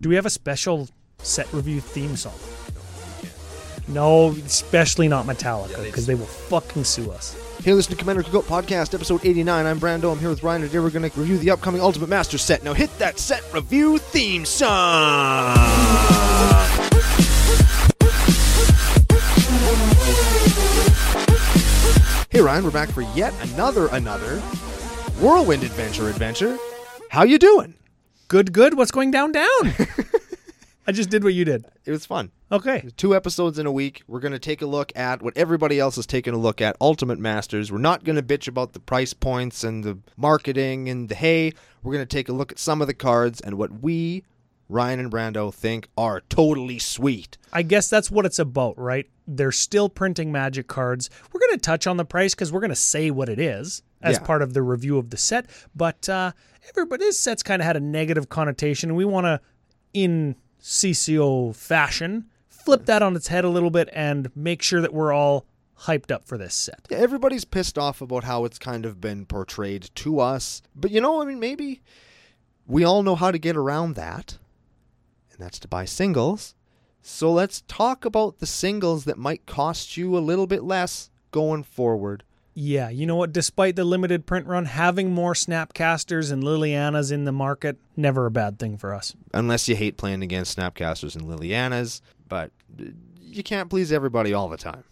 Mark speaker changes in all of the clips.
Speaker 1: Do we have a special set review theme song? No, especially not Metallica, because they will fucking sue us.
Speaker 2: Hey, listen to Commander Goat Podcast, episode 89. I'm Brando. I'm here with Ryan. Today we're going to review the upcoming Ultimate Master set. Now hit that set review theme song. Hey, Ryan, we're back for yet another, another Whirlwind Adventure adventure. How you doing?
Speaker 1: Good, good. What's going down, down? I just did what you did.
Speaker 2: It was fun.
Speaker 1: Okay.
Speaker 2: Two episodes in a week. We're going to take a look at what everybody else is taking a look at Ultimate Masters. We're not going to bitch about the price points and the marketing and the hay. We're going to take a look at some of the cards and what we, Ryan and Brando, think are totally sweet.
Speaker 1: I guess that's what it's about, right? They're still printing magic cards. We're going to touch on the price because we're going to say what it is as
Speaker 2: Yeah.
Speaker 1: part of the review of the set. But uh, everybody, this set's kind of had a negative connotation. and We want to, in CCO fashion, flip that on its head a little bit and make sure that we're all hyped up for this set.
Speaker 2: Yeah, everybody's pissed off about how it's kind of been portrayed to us. But you know, I mean, maybe we all know how to get around that, and that's to buy singles. So let's talk about the singles that might cost you a little bit less going forward.
Speaker 1: Yeah, you know what? Despite the limited print run, having more Snapcasters and Lilianas in the market, never a bad thing for us.
Speaker 2: unless you hate playing against Snapcasters and Lilianas, but uh, you can't please everybody all the time.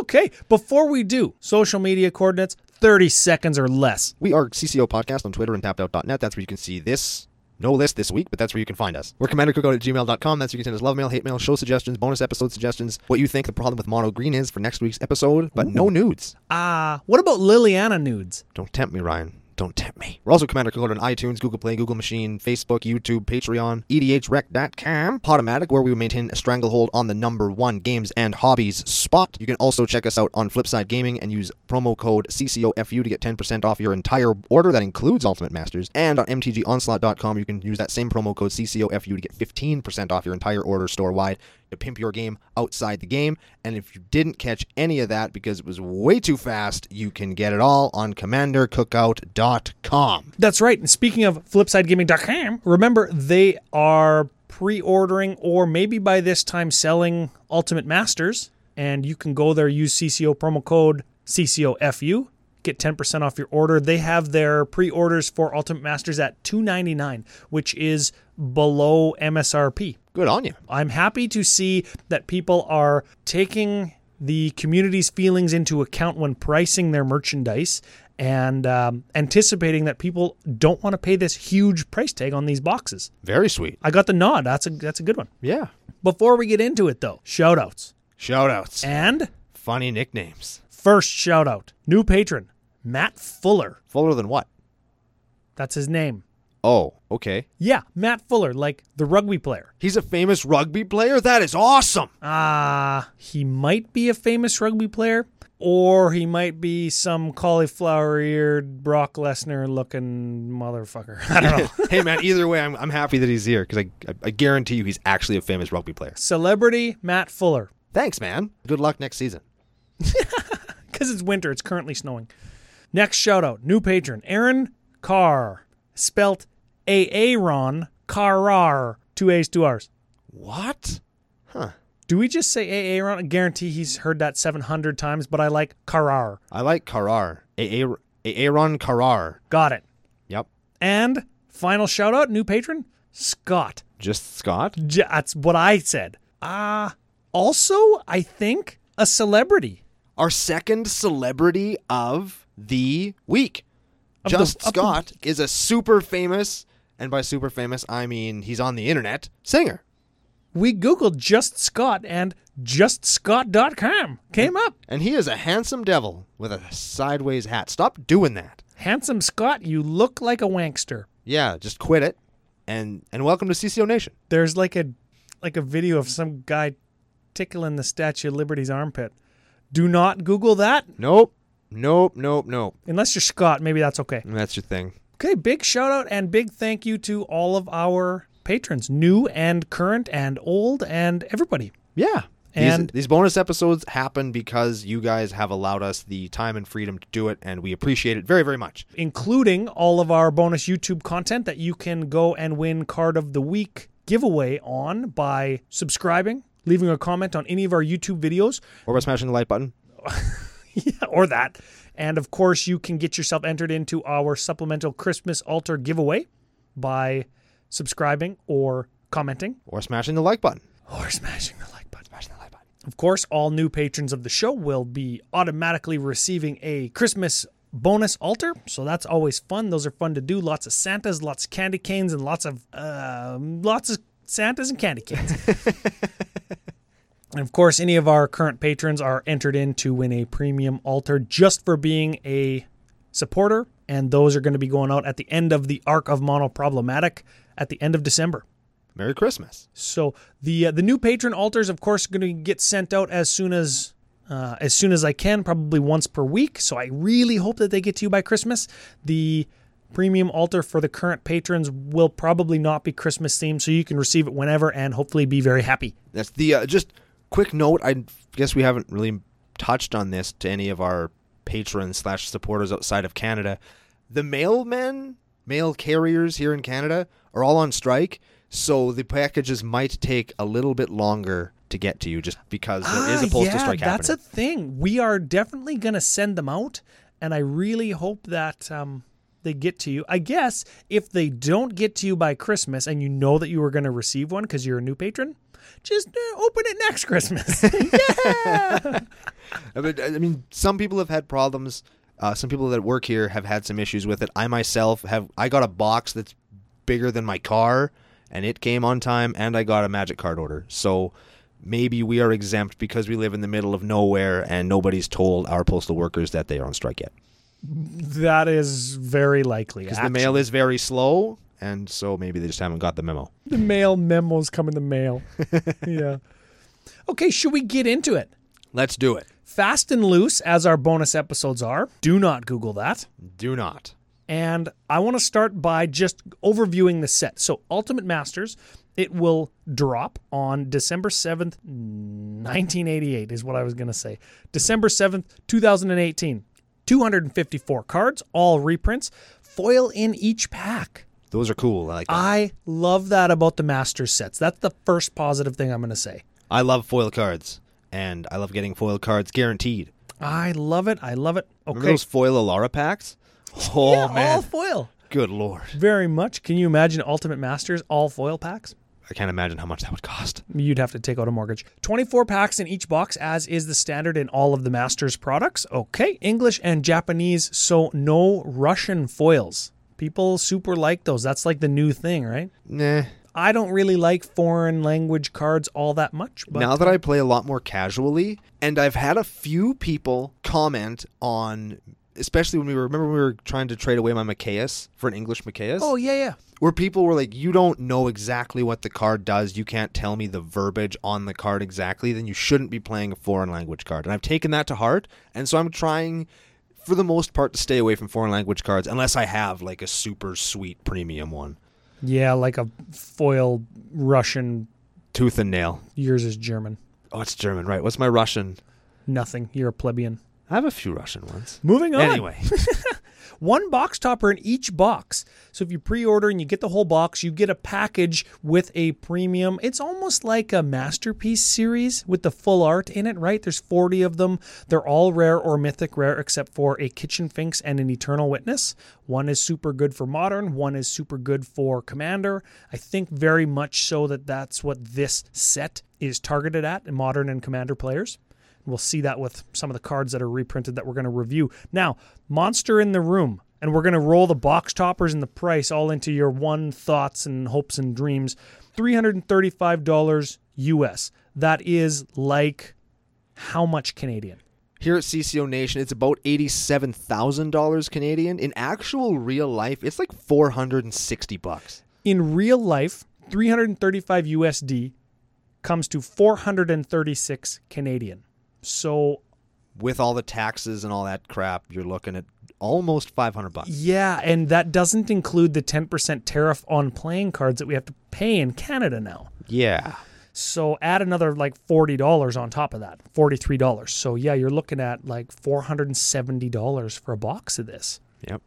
Speaker 1: Okay, before we do, social media coordinates 30 seconds or less.
Speaker 2: We are CCO Podcast on Twitter and tappedout.net. That's where you can see this. No list this week, but that's where you can find us. We're commandercookout at gmail.com. That's where you can send us love mail, hate mail, show suggestions, bonus episode suggestions, what you think the problem with mono green is for next week's episode, but no nudes.
Speaker 1: Ah, what about Liliana nudes?
Speaker 2: Don't tempt me, Ryan. Don't tempt me. We're also Commander Cookout on iTunes, Google Play, Google Machine, Facebook, YouTube, Patreon, E EDHREC.com, Podomatic, where we maintain a stranglehold on the number one games and hobbies spot. You can also check us out on Flipside Gaming and use promo code CCOFU to get 10% off your entire order. That includes Ultimate Masters. And on MTGOnslaught.com, you can use that same promo code CCOFU to get 15% off your entire order store wide to pimp your game outside the game. And if you didn't catch any of that because it was way too fast, you can get it all on commandercookout.com.
Speaker 1: That's right. And speaking of flipsidegaming.com, remember they are pre ordering or maybe by this time selling Ultimate Masters. And you can go there, use CCO promo code CCOFU, get 10% off your order. They have their pre orders for Ultimate Masters at $2.99, which is below MSRP.
Speaker 2: Good on you.
Speaker 1: I'm happy to see that people are taking the community's feelings into account when pricing their merchandise and um, anticipating that people don't want to pay this huge price tag on these boxes.
Speaker 2: Very sweet.
Speaker 1: I got the nod. That's a that's a good one.
Speaker 2: Yeah.
Speaker 1: Before we get into it though, shout outs.
Speaker 2: Shout outs.
Speaker 1: And
Speaker 2: Funny nicknames.
Speaker 1: first shout out, new patron, Matt Fuller.
Speaker 2: Fuller than what?
Speaker 1: That's his name.
Speaker 2: Oh, okay.
Speaker 1: Yeah, Matt Fuller, like the rugby player.
Speaker 2: He's a famous rugby player? That is awesome.
Speaker 1: Ah, he might be a famous rugby player, or he might be some cauliflower-eared Brock Lesnar-looking motherfucker. I don't know.
Speaker 2: hey, man, either way, I'm, I'm happy that he's here because I, I, I guarantee you he's actually a famous rugby player.
Speaker 1: Celebrity Matt Fuller,
Speaker 2: Thanks, man. Good luck next season.
Speaker 1: because it's winter. It's currently snowing. Next shout out, new patron Aaron Carr, spelt A A Ron Carrar, two A's, two R's.
Speaker 2: What? Huh.
Speaker 1: Do we just say A A Ron? I guarantee he's heard that seven hundred times, but I like Carrar.
Speaker 2: I like Carrar. A- A- Aaron Carrar.
Speaker 1: Got it.
Speaker 2: Yep.
Speaker 1: And final shout out, new patron Scott.
Speaker 2: Just Scott?
Speaker 1: J- That's what I said. Ah, also, I think a celebrity
Speaker 2: our second celebrity of the week.
Speaker 1: Of the-
Speaker 2: Just
Speaker 1: of the
Speaker 2: Scott is a super famous, and by super famous, I mean he's on the internet, singer.
Speaker 1: we googled just Scott and justscott.com came up.
Speaker 2: And he is a handsome devil with a sideways hat. Stop doing that.
Speaker 1: Handsome Scott, you look like a wankster.
Speaker 2: Yeah, just quit it. And and welcome to CCO Nation.
Speaker 1: There's like a like a video of some guy tickling the Statue of Liberty's armpit. Do not Google that
Speaker 2: Nope. Nope, nope, nope.
Speaker 1: unless you're Scott. Maybe that's okay.
Speaker 2: That's your thing.
Speaker 1: Okay, big shout out and big thank you to all of our patrons, new and current and old, and everybody.
Speaker 2: Yeah. These,
Speaker 1: And
Speaker 2: these bonus episodes happen because you guys have allowed us the time and freedom to do it, and we appreciate it very, very much.
Speaker 1: including all of our bonus YouTube content that you can go and win card of the week giveaway on by subscribing, leaving a comment on any of our YouTube videos
Speaker 2: Or by smashing the like button.
Speaker 1: yeah, or that. And of course, you can get yourself entered into our supplemental Christmas altar giveaway by subscribing or commenting
Speaker 2: Or smashing the like button.
Speaker 1: or smashing the like button.
Speaker 2: Smashing the like button.
Speaker 1: Of course, all new patrons of the show will be automatically receiving a Christmas bonus altar. So that's always fun. Those are fun to do. Lots of Santas, lots of candy canes, and lots of um lots of Santas and candy canes. and of course, any of our current patrons are entered in to win a premium altar just for being a supporter. And those are going to be going out at the end of the arc of Mono Problematic at the end of December.
Speaker 2: Merry Christmas.
Speaker 1: So the uh, the new patron altars, of course, going to get sent out as soon as uh, as soon as I can, probably once per week. So I really hope that they get to you by Christmas. The premium altar for the current patrons will probably not be Christmas themed, so you can receive it whenever and hopefully be very happy.
Speaker 2: That's the uh, just quick note. I guess we haven't really touched on this to any of our patrons slash supporters outside of Canada. The mailmen, mail carriers here in Canada are all on strike, so the packages might take a little bit longer to get to you, just because there is a
Speaker 1: Ah,
Speaker 2: postal
Speaker 1: yeah,
Speaker 2: strike happening.
Speaker 1: that's a thing. We are definitely going to send them out, and I really hope that um, they get to you. I guess if they don't get to you by Christmas, and you know that you were going to receive one because you're a new patron, just uh, open it next Christmas. yeah.
Speaker 2: I mean, Uh, I mean, some people have had problems. Uh, some people that work here have had some issues with it. I myself have. I got a box that's bigger than my car, and it came on time, and I got a magic card order. So maybe we are exempt because we live in the middle of nowhere, and nobody's told our postal workers that they are on strike yet.
Speaker 1: that is very likely.
Speaker 2: Because the mail is very slow, and so maybe they just haven't got the memo.
Speaker 1: the mail memos come in the mail. yeah. Okay, should we get into it?
Speaker 2: Let's do it.
Speaker 1: Fast and loose, as our bonus episodes are. Do not Google that.
Speaker 2: Do not.
Speaker 1: and I want to start by just overviewing the set. So, Ultimate Masters, it will drop on December 7th, 1988, is what I was going to say. December 7th, 2018. 254 cards, all reprints, foil in each pack.
Speaker 2: Those are cool. I like. That.
Speaker 1: I love that about the Masters sets. That's the first positive thing I'm going to say.
Speaker 2: I love foil cards, and I love getting foil cards guaranteed.
Speaker 1: I love it. I love it.
Speaker 2: Remember
Speaker 1: Okay.
Speaker 2: those foil Alara packs? Oh
Speaker 1: Yeah,
Speaker 2: man,
Speaker 1: all foil.
Speaker 2: good lord!
Speaker 1: Very much. Can you imagine Ultimate Masters, all foil packs?
Speaker 2: I can't imagine how much that would cost.
Speaker 1: You'd have to take out a mortgage. 24 packs in each box, as is the standard in all of the Masters products. Okay, English and Japanese, so no Russian foils. People super like those. That's like the new thing, right?
Speaker 2: Nah.
Speaker 1: I don't really like foreign language cards all that much, but
Speaker 2: now that I play a lot more casually, and I've had a few people comment on, especially when we were remember when we were trying to trade away my Macias for an English Macias.
Speaker 1: oh yeah, yeah.
Speaker 2: where people were like, "You don't know exactly what the card does. You can't tell me the verbiage on the card exactly. Then you shouldn't be playing a foreign language card." And I've taken that to heart, and so I'm trying, for the most part, to stay away from foreign language cards unless I have like a super sweet premium one,
Speaker 1: Yeah, like a foil Russian,
Speaker 2: tooth and nail.
Speaker 1: yours is German.
Speaker 2: Oh, it's German, right? What's my Russian?
Speaker 1: Nothing. You're a plebeian.
Speaker 2: I have a few Russian ones.
Speaker 1: Moving on.
Speaker 2: Anyway,
Speaker 1: one box topper in each box. So if you pre-order and you get the whole box, you get a package with a premium. It's almost like a masterpiece series with the full art in it, right? There's 40 of them. They're all rare or mythic rare except for a kitchen finks and an eternal witness. One is super good for modern, one is super good for commander. I think very much so that that's what this set is targeted at in modern and commander players. We'll see that with some of the cards that are reprinted that we're going to review. Now, Monster in the Room, and we're going to roll the box toppers and the price all into your one thoughts and hopes and dreams. $335 US. That is like how much Canadian?
Speaker 2: here at CCO Nation, it's about eighty-seven thousand dollars Canadian. In actual real life, it's like four hundred and sixty bucks.
Speaker 1: In real life, 335 USD comes to 436 Canadian. So
Speaker 2: with all the taxes and all that crap, you're looking at almost 500 bucks.
Speaker 1: Yeah, and that doesn't include the 10% tariff on playing cards that we have to pay in Canada now.
Speaker 2: Yeah.
Speaker 1: So add another like forty dollars on top of that, forty three dollars. So yeah, you're looking at like four hundred and seventy dollars for a box of this.
Speaker 2: Yep.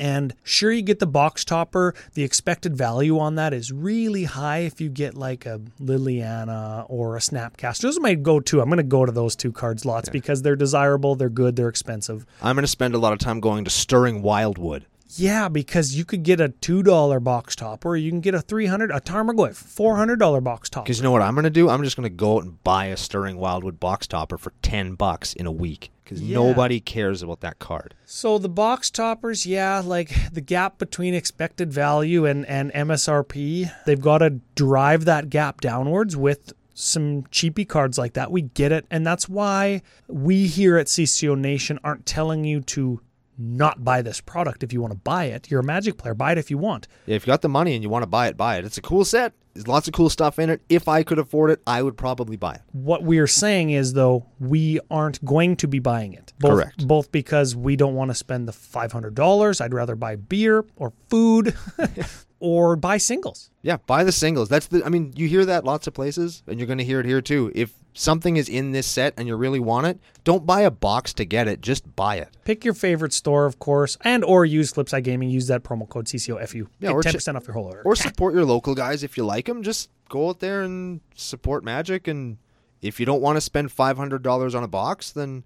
Speaker 1: And sure, you get the box topper. The expected value on that is really high if you get like a Liliana or a Snapcaster. Those are my go to. I'm going to go to those two cards lots because they're desirable, they're good, they're expensive.
Speaker 2: I'm going to spend a lot of time going to Stirring Wildwood.
Speaker 1: Yeah, because you could get a $2 box topper, you can get a 300 a Tarmogoyf, $400 box topper.
Speaker 2: Because you know what I'm going to do? I'm just going to go out and buy a Stirring Wildwood box topper for 10 bucks in a week. Because
Speaker 1: Yeah.
Speaker 2: nobody cares about that card.
Speaker 1: So the box toppers, yeah, like the gap between expected value and, and MSRP, they've got to drive that gap downwards with some cheapy cards like that. We get it. And that's why we here at CCO Nation aren't telling you to not buy this product if you want to buy it. You're a magic player, buy it if you want.
Speaker 2: If you got the money and you want to buy it, buy it. It's a cool set. There's lots of cool stuff in it. If I could afford it, I would probably buy it.
Speaker 1: What we're saying is though, we aren't going to be buying it. Both,
Speaker 2: Correct.
Speaker 1: Both because we don't want to spend the five hundred dollars. I'd rather buy beer or food or buy singles.
Speaker 2: Yeah, buy the singles. That's the I mean, you hear that lots of places and you're going to hear it here too. If something is in this set and you really want it, don't buy a box to get it, just buy it.
Speaker 1: Pick your favorite store, of course, and or use Flipside Gaming. Use that promo code CCOFU.
Speaker 2: Yeah,
Speaker 1: Get
Speaker 2: or
Speaker 1: 10% off your whole order.
Speaker 2: Or support your local guys if you like them. Just go out there and support Magic and if you don't want to spend $500 on a box, then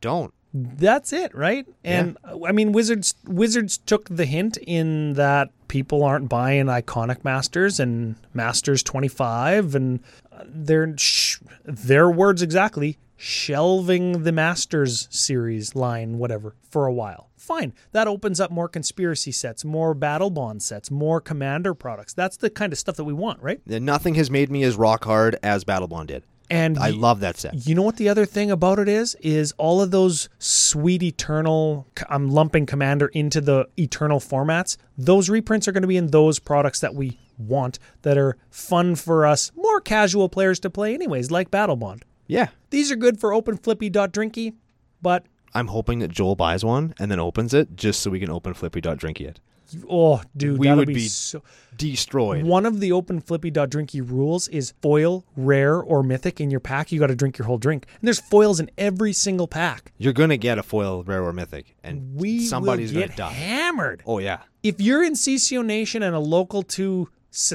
Speaker 2: don't.
Speaker 1: That's it, right? And uh, I mean, Wizards Wizards took the hint in that people aren't buying iconic masters and masters 25 and uh, they're sh- their words exactly shelving the masters series line whatever for a while. Fine. That opens up more conspiracy sets, more battle bond sets, more commander products. That's the kind of stuff that we want, right?
Speaker 2: Yeah, Nothing has made me as rock hard as Battle Bond did.
Speaker 1: And
Speaker 2: I love that set.
Speaker 1: You know what the other thing about it is? Is all of those sweet eternal, I'm lumping Commander into the eternal formats. Those reprints are going to be in those products that we want that are fun for us, more casual players to play, anyways, like Battle Bond.
Speaker 2: Yeah.
Speaker 1: These are good for open flippy dot drinky, but
Speaker 2: I'm hoping that Joel buys one and then opens it just so we can open Flippy Dot Drinky it.
Speaker 1: oh, dude,
Speaker 2: We
Speaker 1: that'll
Speaker 2: would
Speaker 1: be,
Speaker 2: be-
Speaker 1: so.
Speaker 2: Destroyed.
Speaker 1: One of the open flippy dot drinky rules is foil, rare, or mythic in your pack. You got to drink your whole drink, and there's foils in every single pack.
Speaker 2: You're gonna get a foil rare or mythic, and
Speaker 1: We will
Speaker 2: somebody's
Speaker 1: get
Speaker 2: gonna die.
Speaker 1: hammered.
Speaker 2: oh yeah.
Speaker 1: if you're in CCO Nation and a local to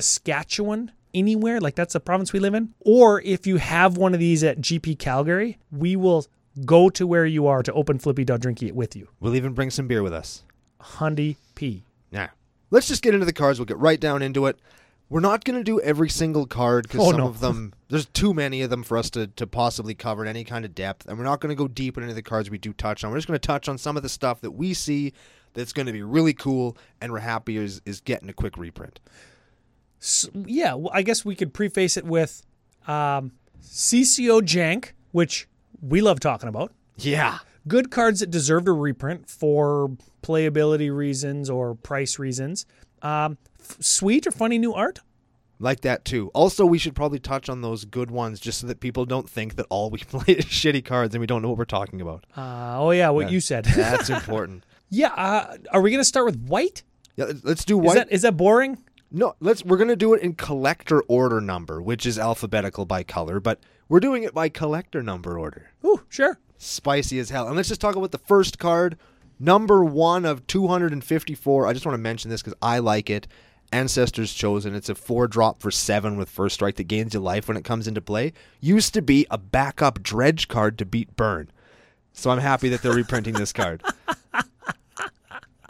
Speaker 1: Saskatchewan, anywhere, like that's the province we live in, or if you have one of these at GP Calgary, we will go to where you are to open Flippy Dot Drinky it with you.
Speaker 2: We'll even bring some beer with us.
Speaker 1: Hundy P.
Speaker 2: Nah. Let's just get into the cards. We'll get right down into it. We're not gonna do every single card because
Speaker 1: Oh,
Speaker 2: some
Speaker 1: no.
Speaker 2: of them there's too many of them for us to, to possibly cover in any kind of depth, and we're not gonna go deep into the cards we do touch on. We're just gonna touch on some of the stuff that we see that's gonna be really cool and we're happy is, is getting a quick reprint.
Speaker 1: S yeah, well, I guess we could preface it with um, CCO Jank, which we love talking about.
Speaker 2: Yeah.
Speaker 1: good cards that deserved a reprint for playability reasons or price reasons. Um, f- sweet or funny new art?
Speaker 2: Like that too. Also, we should probably touch on those good ones just so that people don't think that all we play is shitty cards and we don't know what we're talking about.
Speaker 1: Uh, oh yeah, what you said.
Speaker 2: That's important.
Speaker 1: yeah, uh, are we gonna start with white?
Speaker 2: Yeah, let- let's do
Speaker 1: Is
Speaker 2: white.
Speaker 1: that is that boring?
Speaker 2: no, let's. We're gonna do it in collector order number, which is alphabetical by color, but we're doing it by collector number order.
Speaker 1: Ooh, sure.
Speaker 2: Spicy as hell. And let's just talk about the first card, number one of 254. I just want to mention this because I like it. Ancestors Chosen. It's a four drop for seven with first strike that gains you life when it comes into play. Used to be a backup dredge card to beat burn. So I'm happy that they're reprinting this card.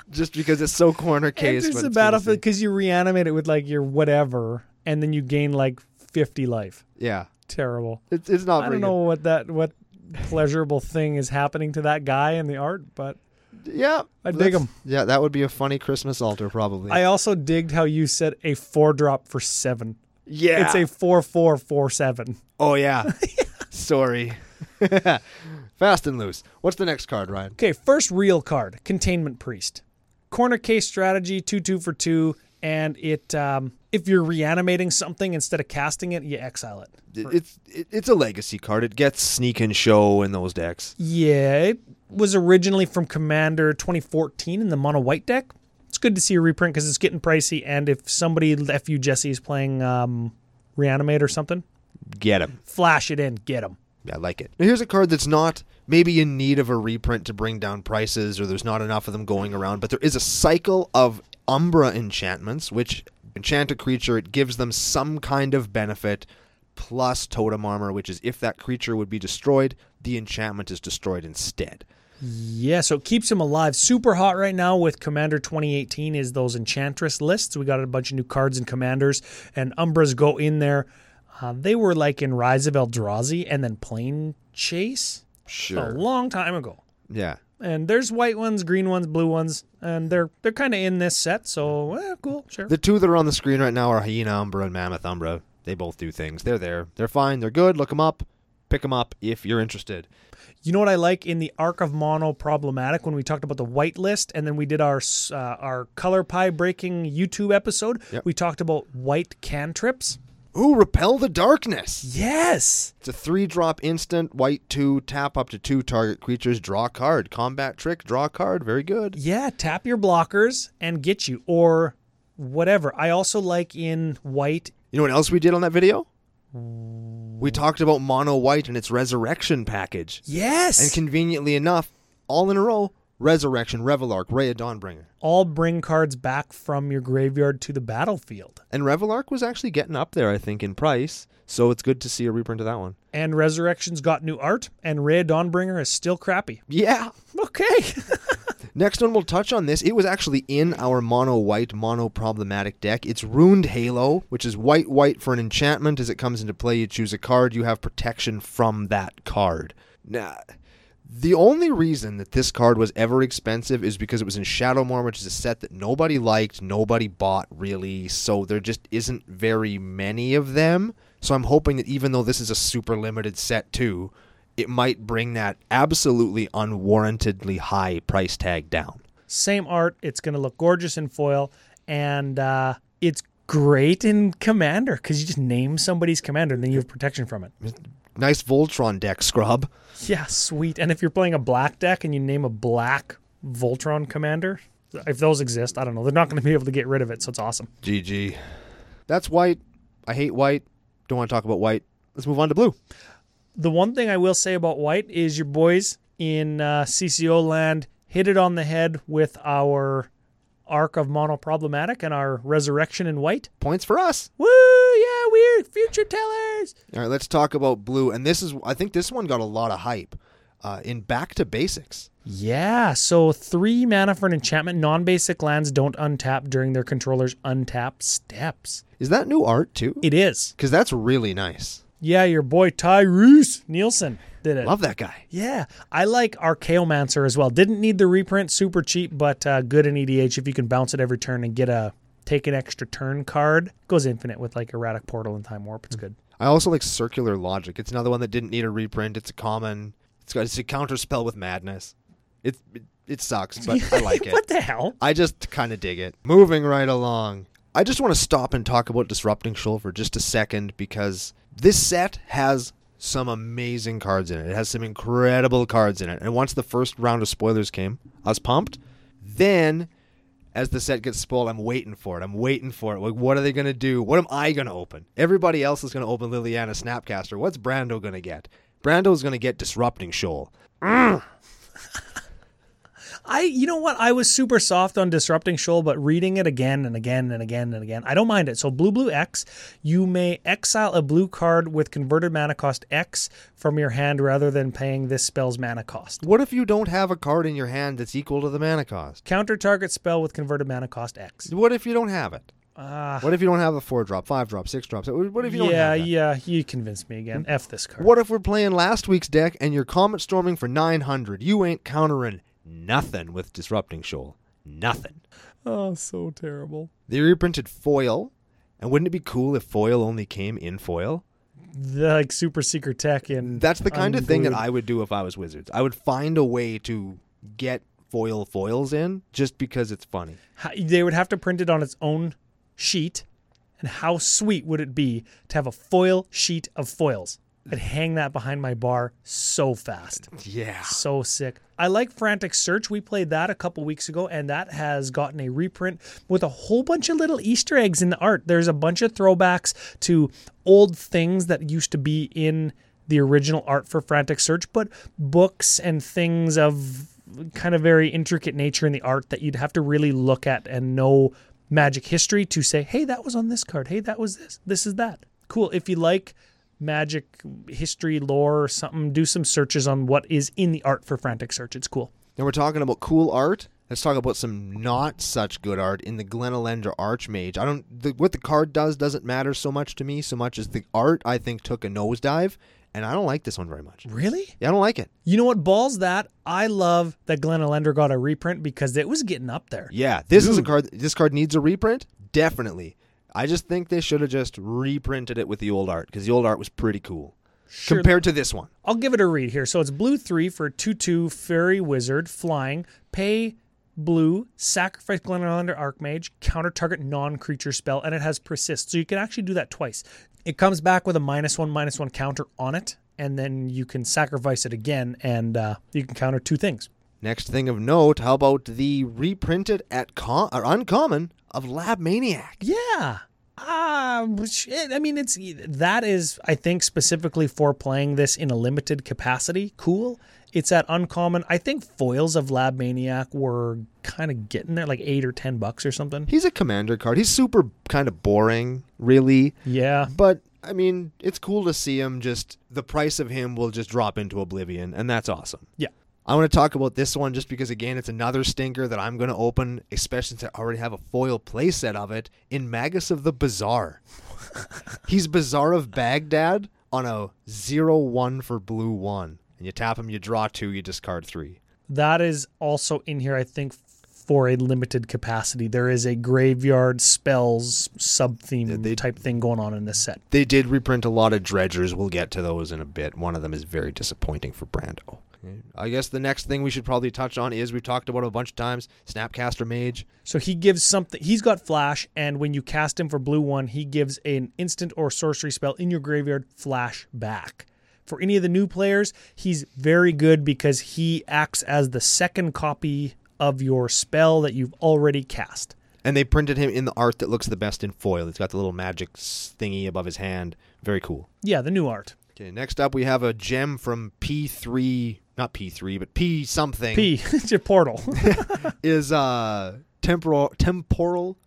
Speaker 2: Just because it's so corner case.
Speaker 1: Enters
Speaker 2: but
Speaker 1: the
Speaker 2: it's good to
Speaker 1: battlefield
Speaker 2: see.
Speaker 1: because you reanimate it with like your whatever, and then you gain like fifty life.
Speaker 2: Yeah.
Speaker 1: Terrible.
Speaker 2: It's, it's not
Speaker 1: I
Speaker 2: very
Speaker 1: don't know what that what pleasurable thing is happening to that guy in the art, but
Speaker 2: good. Yeah.
Speaker 1: I dig
Speaker 2: that's-
Speaker 1: 'em.
Speaker 2: Yeah, that would be a funny Christmas altar probably.
Speaker 1: I also digged how you said a four drop for seven.
Speaker 2: yeah.
Speaker 1: It's a four four four seven.
Speaker 2: Oh yeah. Sorry. Fast and loose. What's the next card, Ryan?
Speaker 1: Okay, first real card, Containment Priest. Corner case strategy, two two for two, and it um, if you're reanimating something instead of casting it, you exile it.
Speaker 2: It's it- it's a legacy card. It gets sneak and show in those decks.
Speaker 1: Yeah, it was originally from Commander 2014 in the mono white deck. It's good to see a reprint because it's getting pricey, and if somebody FU Jesse is playing um, reanimate or something,
Speaker 2: Get him.
Speaker 1: Flash it in, get them.
Speaker 2: I like it. Now here's a card that's not maybe in need of a reprint to bring down prices, or there's not enough of them going around, but there is a cycle of Umbra enchantments, which enchant a creature, it gives them some kind of benefit, plus totem armor, which is if that creature would be destroyed, the enchantment is destroyed instead.
Speaker 1: Yeah, so it keeps him alive. Super hot right now with Commander 2018 is those Enchantress lists. We got a bunch of new cards and commanders, and Umbras go in there. Uh, they were like in Rise of Eldrazi and then Plane Chase a
Speaker 2: Sure.
Speaker 1: long time ago.
Speaker 2: Yeah.
Speaker 1: And there's white ones, green ones, blue ones, and they're they're kind of in this set. So eh, cool, sure.
Speaker 2: The two that are on the screen right now are Hyena Umbra and Mammoth Umbra. They both do things. They're there. They're fine. They're good. Look them up. Pick them up if you're interested.
Speaker 1: You know what I like in the Arc of Mono problematic when we talked about the white list, and then we did our s- uh, our color pie breaking YouTube episode.
Speaker 2: Yep.
Speaker 1: We talked about white cantrips.
Speaker 2: Ooh, Repel the Darkness.
Speaker 1: Yes,
Speaker 2: It's a three drop instant, white two, tap up to two target creatures, draw a card. Combat trick, draw a card. Very good.
Speaker 1: yeah. Tap your blockers and get you or whatever. I also like in white.
Speaker 2: You know what else we did on that video? We talked about mono white and its resurrection package.
Speaker 1: Yes,
Speaker 2: And conveniently enough, all in a row, Resurrection, Revelark, Ray of Dawnbringer.
Speaker 1: all bring cards back from your graveyard to the battlefield.
Speaker 2: And Revelark was actually getting up there, I think, in price, so it's good to see a reprint of that one.
Speaker 1: And Resurrection's got new art, and Rhea Dawnbringer is still crappy.
Speaker 2: Yeah.
Speaker 1: Okay.
Speaker 2: Next one, we'll touch on this. It was actually in our mono white, mono problematic deck. It's Ruined Halo, which is white, white for an enchantment. As it comes into play, you choose a card, you have protection from that card. Now, the only reason that this card was ever expensive is because it was in Shadowmoor, which is a set that nobody liked, nobody bought really, so there just isn't very many of them. So I'm hoping that even though this is a super limited set too, it might bring that absolutely unwarrantedly high price tag down.
Speaker 1: Same art. It's going to look gorgeous in foil. And uh, it's great in Commander because you just name somebody's Commander and then you have protection from it.
Speaker 2: Nice Voltron deck scrub.
Speaker 1: Yeah, sweet. And if you're playing a black deck and you name a black Voltron Commander, if those exist, I don't know. They're not going to be able to get rid of it. So it's awesome.
Speaker 2: GG. That's white. I hate white. Don't want to talk about white. Let's move on to blue.
Speaker 1: The one thing I will say about white is your boys in uh, CCO land hit it on the head with our arc of mono problematic and our resurrection in white.
Speaker 2: Points for us.
Speaker 1: Woo! Yeah, we're future tellers.
Speaker 2: All right, let's talk about blue. And this is, I think this one got a lot of hype uh, in Back to Basics.
Speaker 1: Yeah, so three mana for an enchantment. Non basic lands don't untap during their controller's untap steps.
Speaker 2: Is that new art too?
Speaker 1: It is.
Speaker 2: Because that's really nice.
Speaker 1: Yeah, your boy Tyrese Nielsen did it.
Speaker 2: Love that guy.
Speaker 1: Yeah, I like Archaeomancer as well. Didn't need the reprint, super cheap, but uh, good in EDH if you can bounce it every turn and get a take an extra turn card. Goes infinite with like Erratic Portal and Time
Speaker 2: Mm.
Speaker 1: Warp. It's good.
Speaker 2: I also like Circular Logic. It's another one that didn't need a reprint. It's a common. It's got it's a counter spell with madness. It it, it sucks, but I like it.
Speaker 1: what the hell?
Speaker 2: I just kind of dig it. Moving right along. I just want to stop and talk about Disrupting Shoal for just a second because this set has some amazing cards in it. It has some incredible cards in it. And once the first round of spoilers came, I was pumped. Then, as the set gets spoiled, I'm waiting for it. I'm waiting for it. Like, what are they going to do? What am I going to open? Everybody else is going to open Liliana Snapcaster. What's Brando going to get? Brando's going to get Disrupting Shoal.
Speaker 1: I you know what? I was super soft on disrupting shoal, but reading it again and again and again and again, I don't mind it. So blue blue X, you may exile a blue card with converted mana cost X from your hand rather than paying this spell's mana cost.
Speaker 2: What if you don't have a card in your hand that's equal to the mana cost?
Speaker 1: Counter target spell with converted mana cost X.
Speaker 2: What if you don't have it?
Speaker 1: Ah.
Speaker 2: What if you don't have a four drop, five drop, six drop? What if you don't
Speaker 1: yeah,
Speaker 2: have that?
Speaker 1: yeah, you convinced me again. F this card.
Speaker 2: What if we're playing last week's deck and you're comet storming for 900? You ain't countering nothing with disrupting shoal. Nothing.
Speaker 1: Oh, so terrible.
Speaker 2: They reprinted foil, and wouldn't it be cool if foil only came in foil?
Speaker 1: The, like super secret tech and
Speaker 2: That's the kind of thing that
Speaker 1: unglued.
Speaker 2: I would do if I was Wizards. I would find a way to get foil foils in just because it's funny.
Speaker 1: how, they would have to print it on its own sheet. And how sweet would it be to have a foil sheet of foils? I'd hang that behind my bar so fast.
Speaker 2: Yeah.
Speaker 1: So sick. I like Frantic Search. We played that a couple weeks ago, and that has gotten a reprint with a whole bunch of little Easter eggs in the art. There's a bunch of throwbacks to old things that used to be in the original art for Frantic Search, but books and things of kind of very intricate nature in the art that you'd have to really look at and know magic history to say, hey, that was on this card. Hey, that was this. This is that. Cool. If you like magic history lore or something do some searches on what is in the art for frantic search it's cool
Speaker 2: Now we're talking about cool art. Let's talk about some not such good art in the Glenelender Archmage. I don't the, what the card does doesn't matter so much to me so much as the art I think took a nosedive, and I don't like this one very much.
Speaker 1: really
Speaker 2: Yeah, I don't like it.
Speaker 1: you know what balls that i love that glenn alender got a reprint because it was getting up there
Speaker 2: Yeah, this is a card. This card needs a reprint, definitely. I just think they should have just reprinted it with the old art because the old art was pretty cool
Speaker 1: Sure.
Speaker 2: compared to this one.
Speaker 1: I'll give it a read here. So it's blue three for two two fairy wizard flying. Pay blue, sacrifice Glenlander Archmage, counter target non creature spell, and it has persist. So you can actually do that twice. It comes back with a minus one minus one counter on it, and then you can sacrifice it again, and uh, you can counter two things.
Speaker 2: Next thing of note, how about the reprinted at con- or uncommon of Lab Maniac?
Speaker 1: Yeah. Ah, shit. I mean, it's that is, I think, specifically for playing this in a limited capacity. Cool. It's at uncommon. I think foils of Lab Maniac were kind of getting there, like eight or ten bucks or something.
Speaker 2: He's a commander card. He's super kind of boring, really.
Speaker 1: Yeah.
Speaker 2: But I mean, it's cool to see him. Just the price of him will just drop into oblivion, and that's awesome.
Speaker 1: Yeah.
Speaker 2: I want to talk about this one just because, again, it's another stinker that I'm going to open, especially since I already have a foil playset of it in Magus of the Bazaar. He's Bazaar of Baghdad on a 0 1 for blue 1. And you tap him, you draw two, you discard three.
Speaker 1: That is also in here, I think, for a limited capacity. There is a graveyard spells sub theme
Speaker 2: they-
Speaker 1: type thing going on in this set.
Speaker 2: They did reprint a lot of dredgers. We'll get to those in a bit. One of them is very disappointing for Brando. I guess the next thing we should probably touch on is we've talked about it a bunch of times Snapcaster Mage.
Speaker 1: So he gives something. He's got flash, and when you cast him for blue one, he gives an instant or sorcery spell in your graveyard flash back. For any of the new players, he's very good because he acts as the second copy of your spell that you've already cast.
Speaker 2: And they printed him in the art that looks the best in foil. He's got the little magic s- thingy above his hand. Very cool.
Speaker 1: Yeah, the new art.
Speaker 2: Okay, next up we have a gem from P3, not P3, but P something.
Speaker 1: P, it's your portal.
Speaker 2: is uh temporal temporal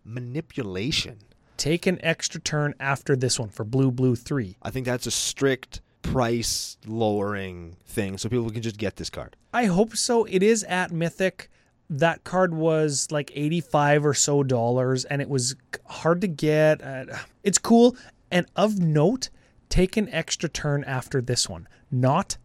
Speaker 2: manipulation.
Speaker 1: Take an extra turn after this one for blue, blue three.
Speaker 2: I think that's a strict price lowering thing so people can just get this card.
Speaker 1: I hope so. It is at Mythic. That card was like 85 or so dollars and it was hard to get. Uh, it's cool. And of note, take an extra turn after this one. Not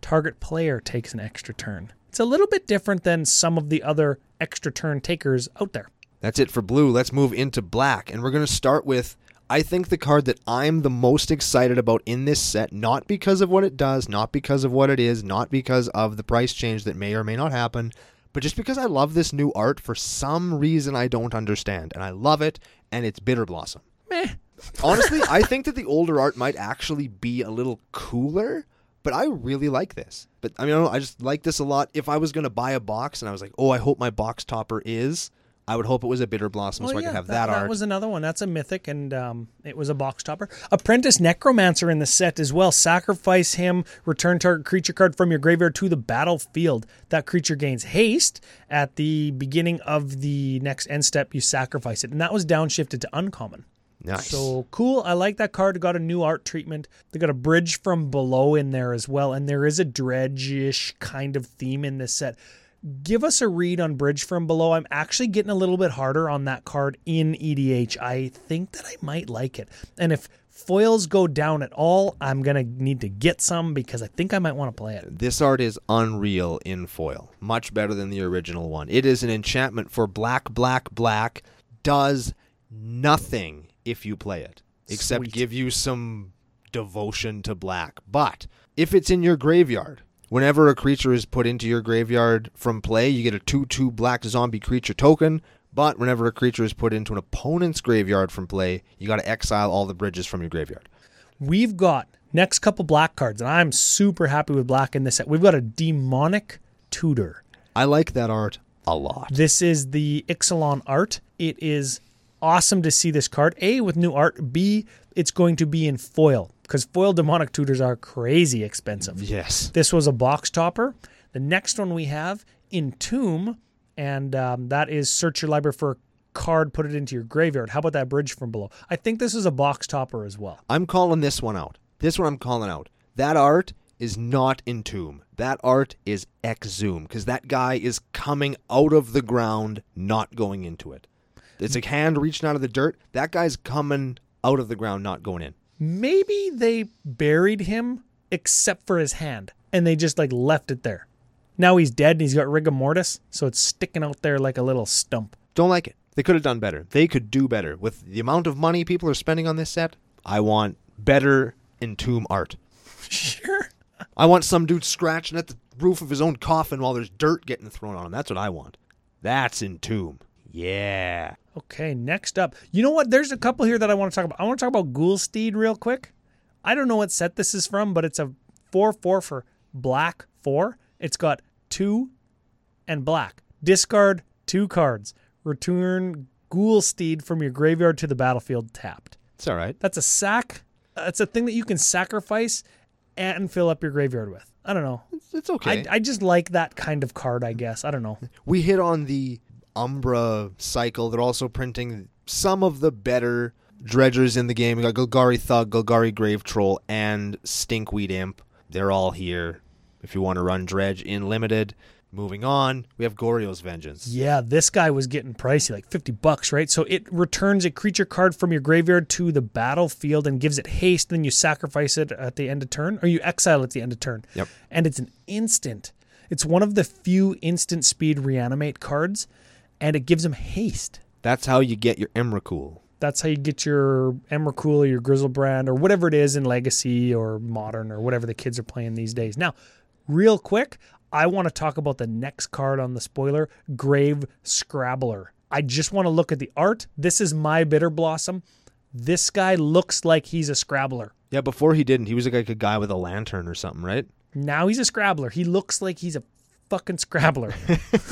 Speaker 1: target player takes an extra turn. It's a little bit different than some of the other extra turn takers out there.
Speaker 2: That's it for blue. Let's move into black. And we're going to start with I think the card that I'm the most excited about in this set, not because of what it does, not because of what it is, not because of the price change that may or may not happen, but just because I love this new art for some reason I don't understand. And I love it, and it's Bitter Blossom.
Speaker 1: Meh.
Speaker 2: Honestly, I think that the older art might actually be a little cooler, but I really like this. But I mean, I, don't know, I just like this a lot. If I was going to buy a box and I was like, oh, I hope my box topper is, I would hope it was a Bitter Blossom so I could have that, art.
Speaker 1: was another one. That's a mythic, and um, it was a box topper. Apprentice Necromancer in the set as well. Sacrifice him, return target creature card from your graveyard to the battlefield. That creature gains haste. At the beginning of the next end step, you sacrifice it, and that was downshifted to uncommon.
Speaker 2: nice.
Speaker 1: So cool. I like that card. Got a new art treatment. They got a bridge from below in there as well. And there is a dredge ish kind of theme in this set. Give us a read on Bridge from Below. I'm actually getting a little bit harder on that card in EDH. I think that I might like it. And if foils go down at all, I'm going to need to get some because I think I might want to play it.
Speaker 2: This art is unreal in foil, much better than the original one. It is an enchantment for black, black, black, does nothing if you play it, except
Speaker 1: Sweet.
Speaker 2: give you some devotion to black. But if it's in your graveyard, whenever a creature is put into your graveyard from play, you get a 2 2 black zombie creature token. But whenever a creature is put into an opponent's graveyard from play, you got to exile all the bridges from your graveyard.
Speaker 1: We've got Next couple black cards, and I'm super happy with black in this set. We've got a demonic tutor.
Speaker 2: I like that art a lot.
Speaker 1: This is the Ixalan art. It is awesome to see this card. A with new art. B, it's going to be in foil because foil demonic tutors are crazy expensive.
Speaker 2: Yes.
Speaker 1: This was a box topper. The next one we have in Tomb, and um, that is search your library for a card, put it into your graveyard. How about that bridge from below? I think this is a box topper as well.
Speaker 2: I'm calling this one out. This one I'm calling out. That art is not in tomb. That art is exhume because that guy is coming out of the ground, not going into it. It's a hand reaching out of the dirt. That guy's coming out of the ground, not going in.
Speaker 1: Maybe they buried him except for his hand, and they just like left it there. Now he's dead and he's got rigor mortis, so it's sticking out there like a little stump.
Speaker 2: Don't like it. They could have done better. They could do better with the amount of money people are spending on this set. I want better in tomb art.
Speaker 1: Sure.
Speaker 2: I want some dude scratching at the roof of his own coffin while there's dirt getting thrown on him. That's what I want. That's in tomb. Yeah.
Speaker 1: Okay, next up. You know what? There's a couple here that I want to talk about. I want to talk about Ghoulsteed real quick. I don't know what set this is from, but it's a 4 4 for black 4. It's got two and black. Discard two cards. Return Ghoulsteed from your graveyard to the battlefield tapped.
Speaker 2: It's all right.
Speaker 1: That's a sack. That's a thing that you can sacrifice and fill up your graveyard with. I don't know.
Speaker 2: It's, it's okay.
Speaker 1: I, I just like that kind of card, I guess. I don't know.
Speaker 2: we hit on the Umbra cycle. They're also printing some of the better dredgers in the game. We got Golgari Thug, Golgari Grave Troll, and Stinkweed Imp. They're all here. If you want to run dredge in limited. Moving on, we have Gorio's Vengeance.
Speaker 1: Yeah, this guy was getting pricey, like 50 bucks, right? So it returns a creature card from your graveyard to the battlefield and gives it haste. Then you sacrifice it at the end of turn, or you exile at the end of turn.
Speaker 2: Yep.
Speaker 1: And it's an instant. It's one of the few instant speed reanimate cards, and it gives him haste.
Speaker 2: That's how you get your Emrakul.
Speaker 1: That's how you get your Emrakul or your Grizzlebrand or whatever it is in Legacy or Modern or whatever the kids are playing these days. Now, real quick, I want to talk about the next card on the spoiler Grave Scrabbler. I just want to look at the art. This is my Bitter Blossom. This guy looks like he's a Scrabbler.
Speaker 2: Yeah, before he didn't. He was like a guy with a lantern or something, right?
Speaker 1: Now he's a Scrabbler. He looks like he's a fucking Scrabbler.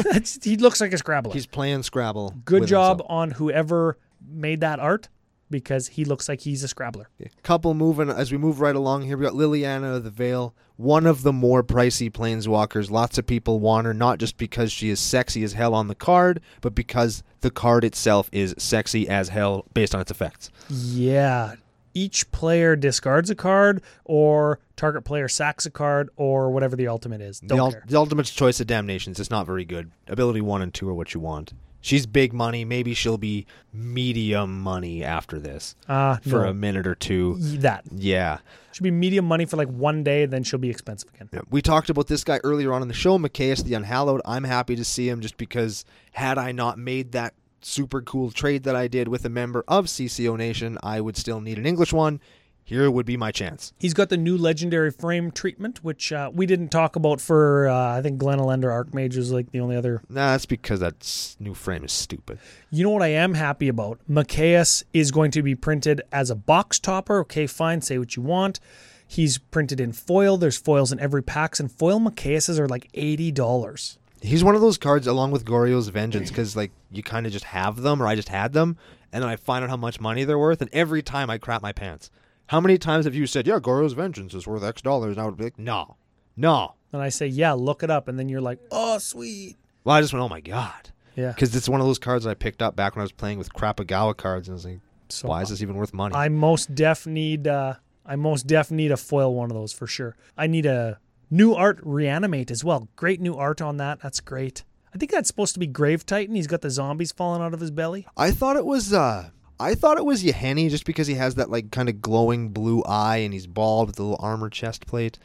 Speaker 1: That's- he looks like a Scrabbler.
Speaker 2: He's playing Scrabble.
Speaker 1: Good
Speaker 2: with
Speaker 1: job
Speaker 2: himself.
Speaker 1: on whoever made that art because he looks like he's a Scrabbler.
Speaker 2: Okay. Couple moving as we move right along here. We got Liliana of the Veil, one of the more pricey planeswalkers. Lots of people want her, not just because she is sexy as hell on the card, but because the card itself is sexy as hell based on its effects.
Speaker 1: Yeah. Each player discards a card, or target player sacks a card, or whatever the ultimate is. Don't
Speaker 2: the, ul-
Speaker 1: care.
Speaker 2: the ultimate choice of damnations is not very good. Ability one and two are what you want. She's big money. Maybe she'll be medium money after this
Speaker 1: Ah,
Speaker 2: for
Speaker 1: no.
Speaker 2: a minute or two.
Speaker 1: Y- that
Speaker 2: Yeah.
Speaker 1: should be medium money for like one day, then she'll be expensive again.
Speaker 2: Yeah, We talked about this guy earlier on in the show, Micaeus the Unhallowed. I'm happy to see him just because had I not made that super cool trade that I did with a member of CCO Nation, I would still need an English one. Here would be my chance.
Speaker 1: He's got the new legendary frame treatment, which uh, we didn't talk about for uh, I think Glenelender Archmage was like the only other.
Speaker 2: Nah, that's because that s- new frame is stupid.
Speaker 1: You know what I am happy about? Micaeus is going to be printed as a box topper. Okay, fine, say what you want. He's printed in foil. There's foils in every packs, and foil Micaeuses are like eighty dollars.
Speaker 2: He's one of those cards along with Gorio's Vengeance because like you kind of just have them or I just had them and then I find out how much money they're worth and every time I crap my pants. How many times have you said, "Yeah, Gorio's Vengeance is worth X dollars?" and I would be like, "No. No."
Speaker 1: And I say, yeah, look it up, and then you're like, oh, sweet.
Speaker 2: Well, I just went, "Oh my god."
Speaker 1: Yeah.
Speaker 2: Cuz it's one of those cards that I picked up back when I was playing with Krapagawa cards and I was like,
Speaker 1: So
Speaker 2: "Why is this even worth money?"
Speaker 1: I most def need uh, I most def need a foil one of those for sure. I need a new art reanimate as well. Great new art on that. That's great. I think that's supposed to be Grave Titan. He's got the zombies falling out of his belly.
Speaker 2: I thought it was uh I thought it was Yeheni just because he has that like kind of glowing blue eye and he's bald with the little armor chest plate.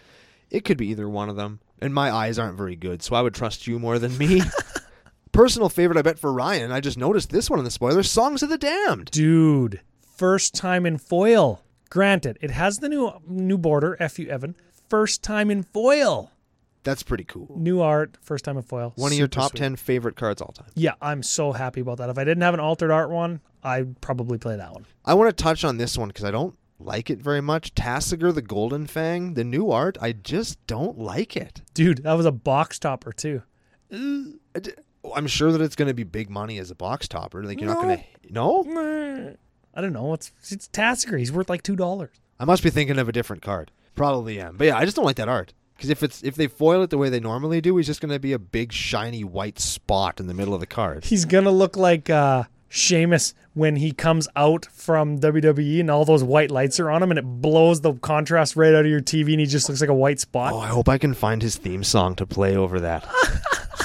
Speaker 2: It could be either one of them. And my eyes aren't very good, so I would trust you more than me. Personal favorite I bet for Ryan, I just noticed this one in the spoiler, Songs of the Damned.
Speaker 1: Dude, first time in foil. Granted, it has the new new border, F you Evan. First time in foil.
Speaker 2: That's pretty cool.
Speaker 1: New art, first time in foil.
Speaker 2: One of your
Speaker 1: Super
Speaker 2: top
Speaker 1: sweet.
Speaker 2: 10 favorite cards all time.
Speaker 1: Yeah, I'm so happy about that. If I didn't have an altered art one, I'd probably play that one.
Speaker 2: I want to touch on this one because I don't like it very much. Tassiger the Golden Fang, the new art, I just don't like it.
Speaker 1: Dude, that was a box topper too.
Speaker 2: I d- I'm sure that it's going to be big money as a box topper. Like you're not
Speaker 1: No.
Speaker 2: going to no.
Speaker 1: Meh. I don't know. It's it's Tasker. He's worth like two dollars.
Speaker 2: I must be thinking of a different card. Probably am. But yeah, I just don't like that art. Because if it's if they foil it the way they normally do, he's just going to be a big shiny white spot in the middle of the card.
Speaker 1: He's gonna look like uh Sheamus when he comes out from WWE and all those white lights are on him and it blows the contrast right out of your TV and he just looks like a white spot.
Speaker 2: Oh, I hope I can find his theme song to play over that.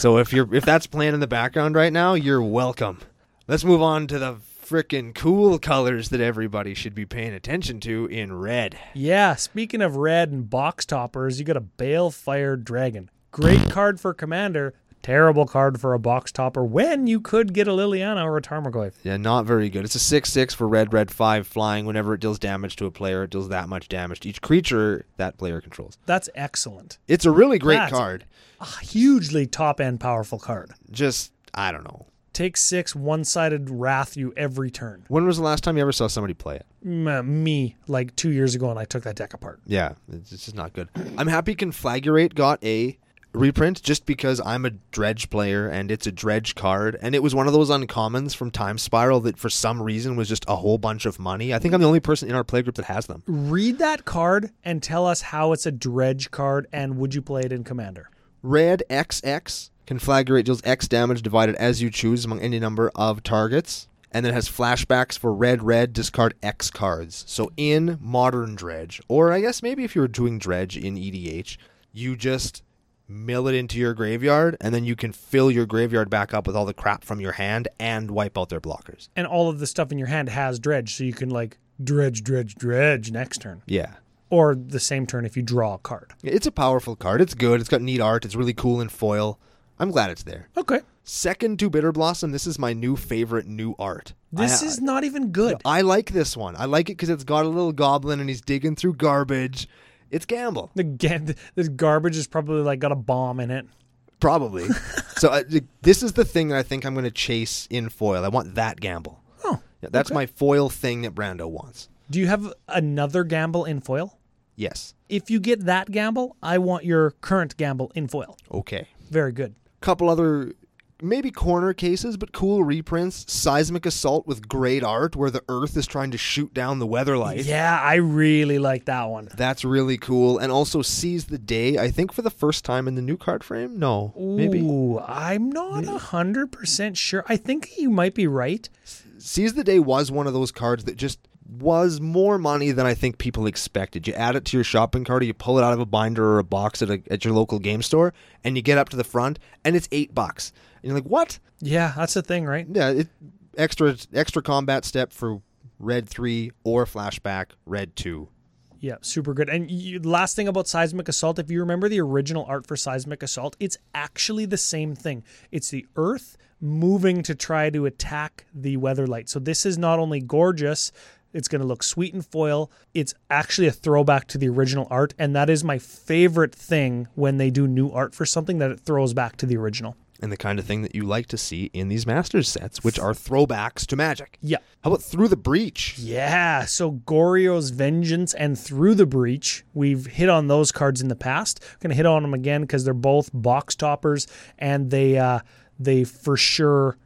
Speaker 2: so if you're if that's playing in the background right now, you're welcome. Let's move on to the frickin' cool colors that everybody should be paying attention to in red.
Speaker 1: Yeah, speaking of red and box toppers, you got a Balefire Dragon. Great card for Commander, terrible card for a box topper when you could get a Liliana or a Tarmogoyf.
Speaker 2: Yeah, not very good. It's a 6 6 for red, red 5 flying. Whenever it deals damage to a player, it deals that much damage to each creature that player controls.
Speaker 1: That's excellent.
Speaker 2: It's a really great
Speaker 1: That's-
Speaker 2: card.
Speaker 1: A hugely top end powerful card.
Speaker 2: Just, I don't know.
Speaker 1: Take six one sided wrath you every turn.
Speaker 2: When was the last time you ever saw somebody play it?
Speaker 1: M- uh, me, like two years ago, and I took that deck apart.
Speaker 2: Yeah, it's it's just not good. I'm happy Conflagurate got a reprint just because I'm a dredge player and it's a dredge card and it was one of those uncommons from Time Spiral that for some reason was just a whole bunch of money. I think I'm the only person in our playgroup that has them.
Speaker 1: Read that card and tell us how it's a dredge card and would you play it in Commander?
Speaker 2: Red XX Conflagurate deals X damage divided as you choose among any number of targets. And then it has flashbacks for red, red, discard X cards. So in modern Dredge, or I guess maybe if you were doing Dredge in EDH, you just mill it into your graveyard, and then you can fill your graveyard back up with all the crap from your hand and wipe out their blockers.
Speaker 1: And all of the stuff in your hand has dredge, so you can like dredge, dredge, dredge next turn.
Speaker 2: Yeah.
Speaker 1: Or the same turn if you draw a card.
Speaker 2: It's a powerful card. It's good. It's got neat art. It's really cool in foil. I'm glad it's there.
Speaker 1: Okay.
Speaker 2: Second to Bitter Blossom, this is my new favorite new art.
Speaker 1: This
Speaker 2: I-
Speaker 1: is not even good.
Speaker 2: I like this one. I like it because it's got a little goblin and he's digging through garbage. It's Gamble,
Speaker 1: The, ga- the garbage is probably like got a bomb in it.
Speaker 2: probably. so uh, th- this is the thing that I think I'm going to chase in foil. I want that Gamble.
Speaker 1: Oh.
Speaker 2: Yeah, that's my foil thing that Brando wants.
Speaker 1: Do you have another gamble in foil?
Speaker 2: Yes.
Speaker 1: If you get that gamble, I want your current gamble in foil.
Speaker 2: Okay.
Speaker 1: Very good.
Speaker 2: Couple other maybe corner cases, but cool reprints. Seismic Assault with great art, where the Earth is trying to shoot down the weatherlight.
Speaker 1: Yeah, I really like that one.
Speaker 2: That's really cool. And also Seize the Day, I think for the first time in the new card frame? No. Maybe.
Speaker 1: Ooh, I'm not a hundred percent sure. I think you might be right.
Speaker 2: Seize the Day was one of those cards that just was more money than I think people expected. You add it to your shopping cart, or you pull it out of a binder or a box at, a, at your local game store, and you get up to the front, and it's eight bucks. And you're like, what?
Speaker 1: Yeah, that's the thing, right?
Speaker 2: Yeah, it, extra extra combat step for red three or flashback red two.
Speaker 1: Yeah, super good. And you, last thing about Seismic Assault, if you remember the original art for Seismic Assault, it's actually the same thing. It's the Earth moving to try to attack the Weatherlight. So this is not only gorgeous, it's going to look sweet in foil. It's actually a throwback to the original art, and that is my favorite thing when they do new art for something that it throws back to the original.
Speaker 2: And the kind of thing that you like to see in these Masters sets, which are throwbacks to Magic.
Speaker 1: Yeah.
Speaker 2: How about Through the Breach?
Speaker 1: Yeah, so Gorio's Vengeance and Through the Breach, we've hit on those cards in the past. Going to hit on them again because they're both box toppers, and they uh, they for sure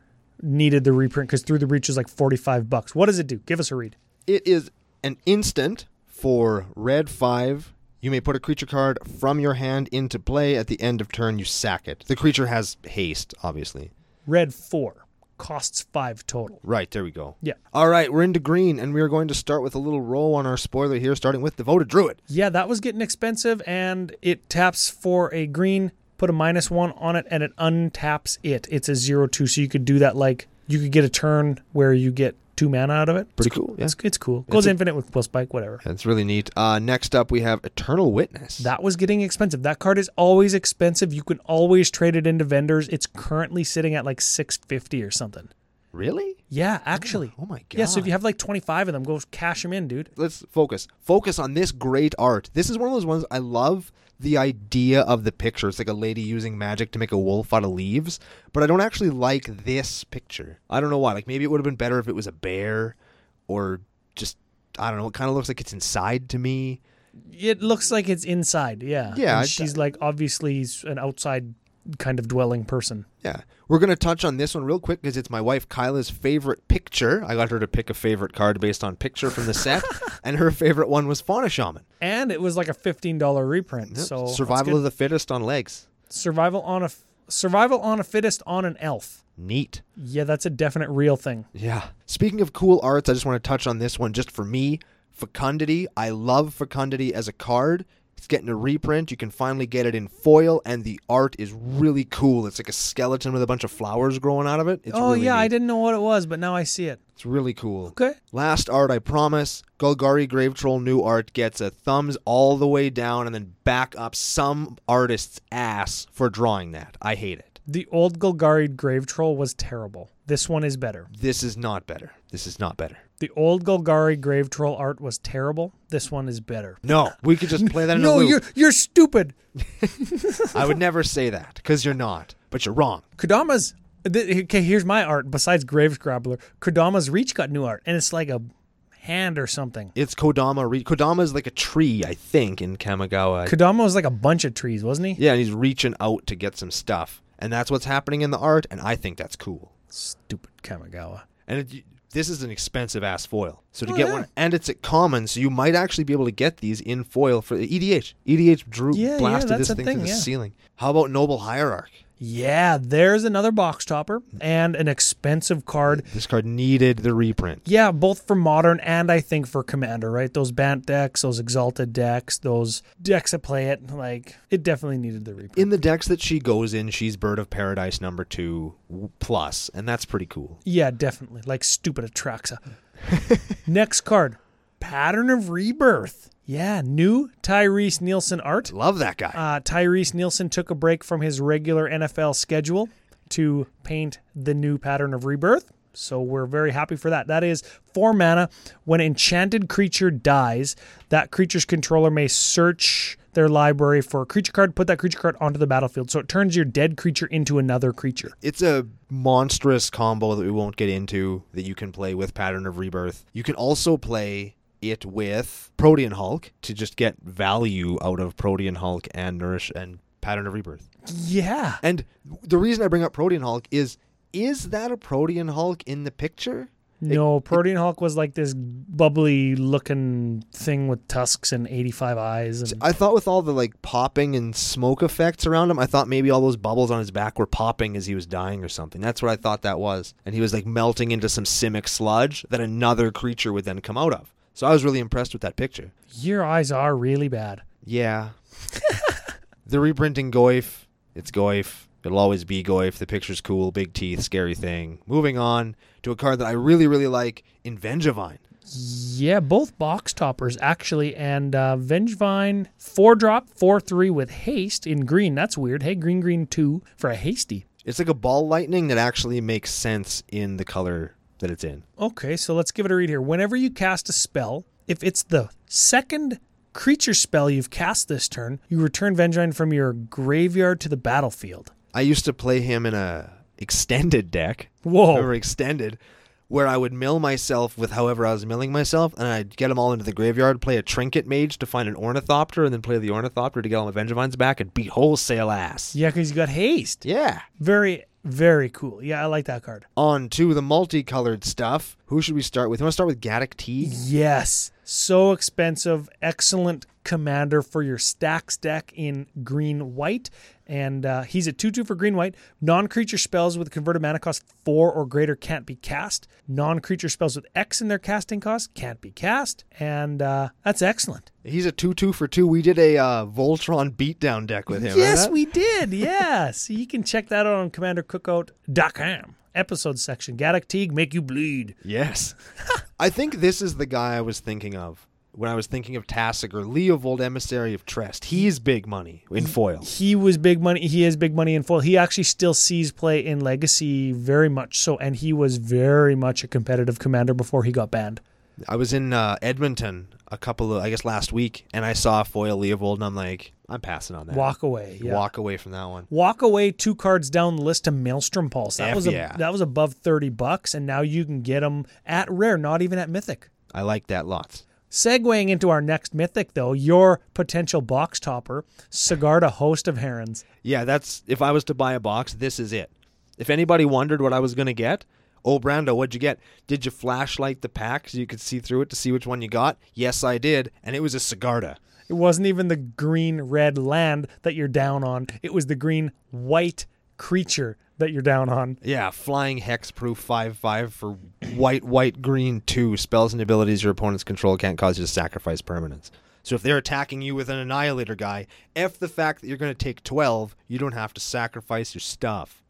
Speaker 1: needed the reprint because Through the Breach is like forty five bucks. What does it do? Give us a read.
Speaker 2: It is an instant for red five. You may put a creature card from your hand into play. At the end of turn, you sack it. The creature has haste, obviously.
Speaker 1: Red four costs five total.
Speaker 2: Right, there we go.
Speaker 1: Yeah.
Speaker 2: All right, we're into green, and we are going to start with a little roll on our spoiler here, starting with Devoted Druid.
Speaker 1: Yeah, that was getting expensive, and it taps for a green, put a minus one on it, and it untaps it. It's a zero two, so you could do that like you could get a turn where you get two mana out of it.
Speaker 2: Pretty cool, yeah.
Speaker 1: It's, it's cool. Goes infinite with plus spike, whatever.
Speaker 2: That's really neat. Uh, next up, we have Eternal Witness.
Speaker 1: That was getting expensive. That card is always expensive. You can always trade it into vendors. It's currently sitting at like 650 or something.
Speaker 2: really?
Speaker 1: Yeah, actually.
Speaker 2: Oh my
Speaker 1: Yeah, so if
Speaker 2: God.
Speaker 1: you have like 25 of them, go cash them in, dude.
Speaker 2: let's focus. Focus on this great art. This is one of those ones I love the idea of the picture. It's like a lady using magic to make a wolf out of leaves, but I don't actually like this picture. I don't know why. Like maybe it would have been better if it was a bear or just I don't know. It kind of looks like it's inside to me.
Speaker 1: It looks like it's inside. Yeah.
Speaker 2: Yeah,
Speaker 1: And
Speaker 2: I-
Speaker 1: she's like obviously s- an outside kind of dwelling person.
Speaker 2: Yeah. We're going to touch on this one real quick because it's my wife Kyla's favorite picture. I got her to pick a favorite card based on picture from the set, and her favorite one was Fauna Shaman.
Speaker 1: And it was like a fifteen dollar reprint.
Speaker 2: Yep.
Speaker 1: So that's
Speaker 2: Survival
Speaker 1: good.
Speaker 2: of the fittest on legs.
Speaker 1: survival on a f- survival on a fittest on an elf.
Speaker 2: Neat.
Speaker 1: Yeah, that's a definite real thing.
Speaker 2: Yeah. Speaking of cool arts, I just want to touch on this one just for me. Fecundity. I love Fecundity as a card. It's getting a reprint. You can finally get it in foil, and the art is really cool. It's like a skeleton with a bunch of flowers growing out of it. It's
Speaker 1: oh
Speaker 2: really
Speaker 1: yeah,
Speaker 2: neat.
Speaker 1: I didn't know what it was, but now I see it.
Speaker 2: It's really cool.
Speaker 1: Okay.
Speaker 2: Last art, I promise. Golgari Grave Troll new art gets a thumbs all the way down and then back up some artist's ass for drawing that. I hate it.
Speaker 1: The old Golgari grave troll was terrible. This one is better.
Speaker 2: This is not better. This is not better.
Speaker 1: The old Golgari grave troll art was terrible. This one is better.
Speaker 2: No, we could just play that in a
Speaker 1: No,
Speaker 2: loop.
Speaker 1: you're you're stupid.
Speaker 2: I would never say that because you're not, but you're wrong.
Speaker 1: Kodama's th- okay. Here's my art. Besides Grave Scrabbler, Kodama's Reach got new art, and it's like a hand or something.
Speaker 2: It's Kodama. Re- Kodama is like a tree, I think, in Kamigawa.
Speaker 1: Kodama was like a bunch of trees, wasn't he?
Speaker 2: yeah, and he's reaching out to get some stuff, and that's what's happening in the art, and I think that's cool.
Speaker 1: Stupid Kamigawa.
Speaker 2: And it, this is an expensive ass foil, so to
Speaker 1: Oh,
Speaker 2: get
Speaker 1: yeah.
Speaker 2: one, and it's at common, so you might actually be able to get these in foil for E EDH. EDH drew
Speaker 1: Yeah, yeah,
Speaker 2: blasted
Speaker 1: that's
Speaker 2: this
Speaker 1: a
Speaker 2: thing,
Speaker 1: thing,
Speaker 2: to the
Speaker 1: yeah.
Speaker 2: ceiling. How about Noble Hierarch?
Speaker 1: Yeah, there's another box topper and an expensive card.
Speaker 2: This card needed the reprint.
Speaker 1: Yeah, both for modern and I think for commander, right? Those Bant decks, those Exalted decks, those decks that play it. Like, it definitely needed the reprint.
Speaker 2: In the decks that she goes in, she's Bird of Paradise number two w- plus, and that's pretty cool.
Speaker 1: Yeah, definitely. Like stupid Atraxa. Next card Pattern of Rebirth. Yeah, new Tyrese Nielsen art.
Speaker 2: Love that guy.
Speaker 1: Uh, Tyrese Nielsen took a break from his regular NFL schedule to paint the new Pattern of Rebirth. So we're very happy for that. That is four mana. When enchanted creature dies, that creature's controller may search their library for a creature card, put that creature card onto the battlefield. So it turns your dead creature into another creature.
Speaker 2: it's a monstrous combo that we won't get into that you can play with Pattern of Rebirth. You can also play it with Protean Hulk to just get value out of Protean Hulk and Nourish and Pattern of Rebirth.
Speaker 1: Yeah.
Speaker 2: And the reason I bring up Protean Hulk is is that a Protean Hulk in the picture?
Speaker 1: No, Protean Hulk was like this bubbly looking thing with tusks and 85 eyes. And
Speaker 2: I thought with all the like popping and smoke effects around him, I thought maybe all those bubbles on his back were popping as he was dying or something. That's what I thought that was. And he was like melting into some simic sludge that another creature would then come out of. So I was really impressed with that picture.
Speaker 1: your eyes are really bad.
Speaker 2: Yeah. They're reprinting Goif. It's Goif. It'll always be Goif. The picture's cool. Big teeth. Scary thing. Moving on to a card that I really, really like Invengevine.
Speaker 1: Yeah, both box toppers actually, and uh, Vengevine four drop four three with haste in green. That's weird. Hey, green green two for a hasty.
Speaker 2: It's like a ball lightning that actually makes sense in the color that it's in.
Speaker 1: Okay, so let's give it a read here. Whenever you cast a spell, if it's the second creature spell you've cast this turn, you return Vengevine from your graveyard to the battlefield.
Speaker 2: I used to play him in a extended deck. Or
Speaker 1: Whoa!
Speaker 2: extended, where I would mill myself with however I was milling myself, and I'd get them all into the graveyard, play a trinket mage to find an ornithopter, and then play the ornithopter to get all my Vengevine's back and beat wholesale ass.
Speaker 1: Yeah, because you got haste.
Speaker 2: Yeah.
Speaker 1: Very, very cool. Yeah, I like that card.
Speaker 2: On to the multicolored stuff. Who should we start with? You want to start with Gaddock T?
Speaker 1: Yes. So expensive. Excellent commander for your stacks deck in green white. And uh, he's a 2 2 for green white. Non creature spells with converted mana cost 4 or greater can't be cast. Non creature spells with X in their casting cost can't be cast. And uh, that's excellent.
Speaker 2: He's a 2 2 for 2. We did a uh, Voltron beatdown deck with him.
Speaker 1: yes,
Speaker 2: remember that?
Speaker 1: we did. Yeah. so you can check that out on CommanderCookout.com. Episode section. Gaddock Teague, make you bleed.
Speaker 2: Yes. I think this is the guy I was thinking of when I was thinking of Tassig or Leovold Emissary of Trest. He's big money in foil.
Speaker 1: he was big money. He is big money in full. He actually still sees play in Legacy very much so, and he was very much a competitive commander before he got banned.
Speaker 2: I was in uh, Edmonton a couple of, I guess, last week, and I saw foil Leovold, and I'm like, I'm passing on that.
Speaker 1: Walk away, yeah.
Speaker 2: Walk away from that one.
Speaker 1: Walk away two cards down the list to Maelstrom Pulse. That
Speaker 2: F
Speaker 1: was a,
Speaker 2: yeah.
Speaker 1: that was above thirty bucks, and now you can get them at rare, not even at mythic.
Speaker 2: I like that lots.
Speaker 1: Segueing into our next mythic, though, your potential box topper, Sigarda Host of Herons.
Speaker 2: Yeah, that's if I was to buy a box, this is it. If anybody wondered what I was gonna get, oh Brando, what'd you get? Did you flashlight the pack so you could see through it to see which one you got? Yes, I did, and it was a Sigarda.
Speaker 1: It wasn't even the green red land that you're down on, it was the green white creature that you're down on.
Speaker 2: Yeah, flying hexproof five five for white white green two spells and abilities your opponents control can't cause you to sacrifice permanents. So if they're attacking you with an annihilator guy, f the fact that you're going to take twelve, you don't have to sacrifice your stuff.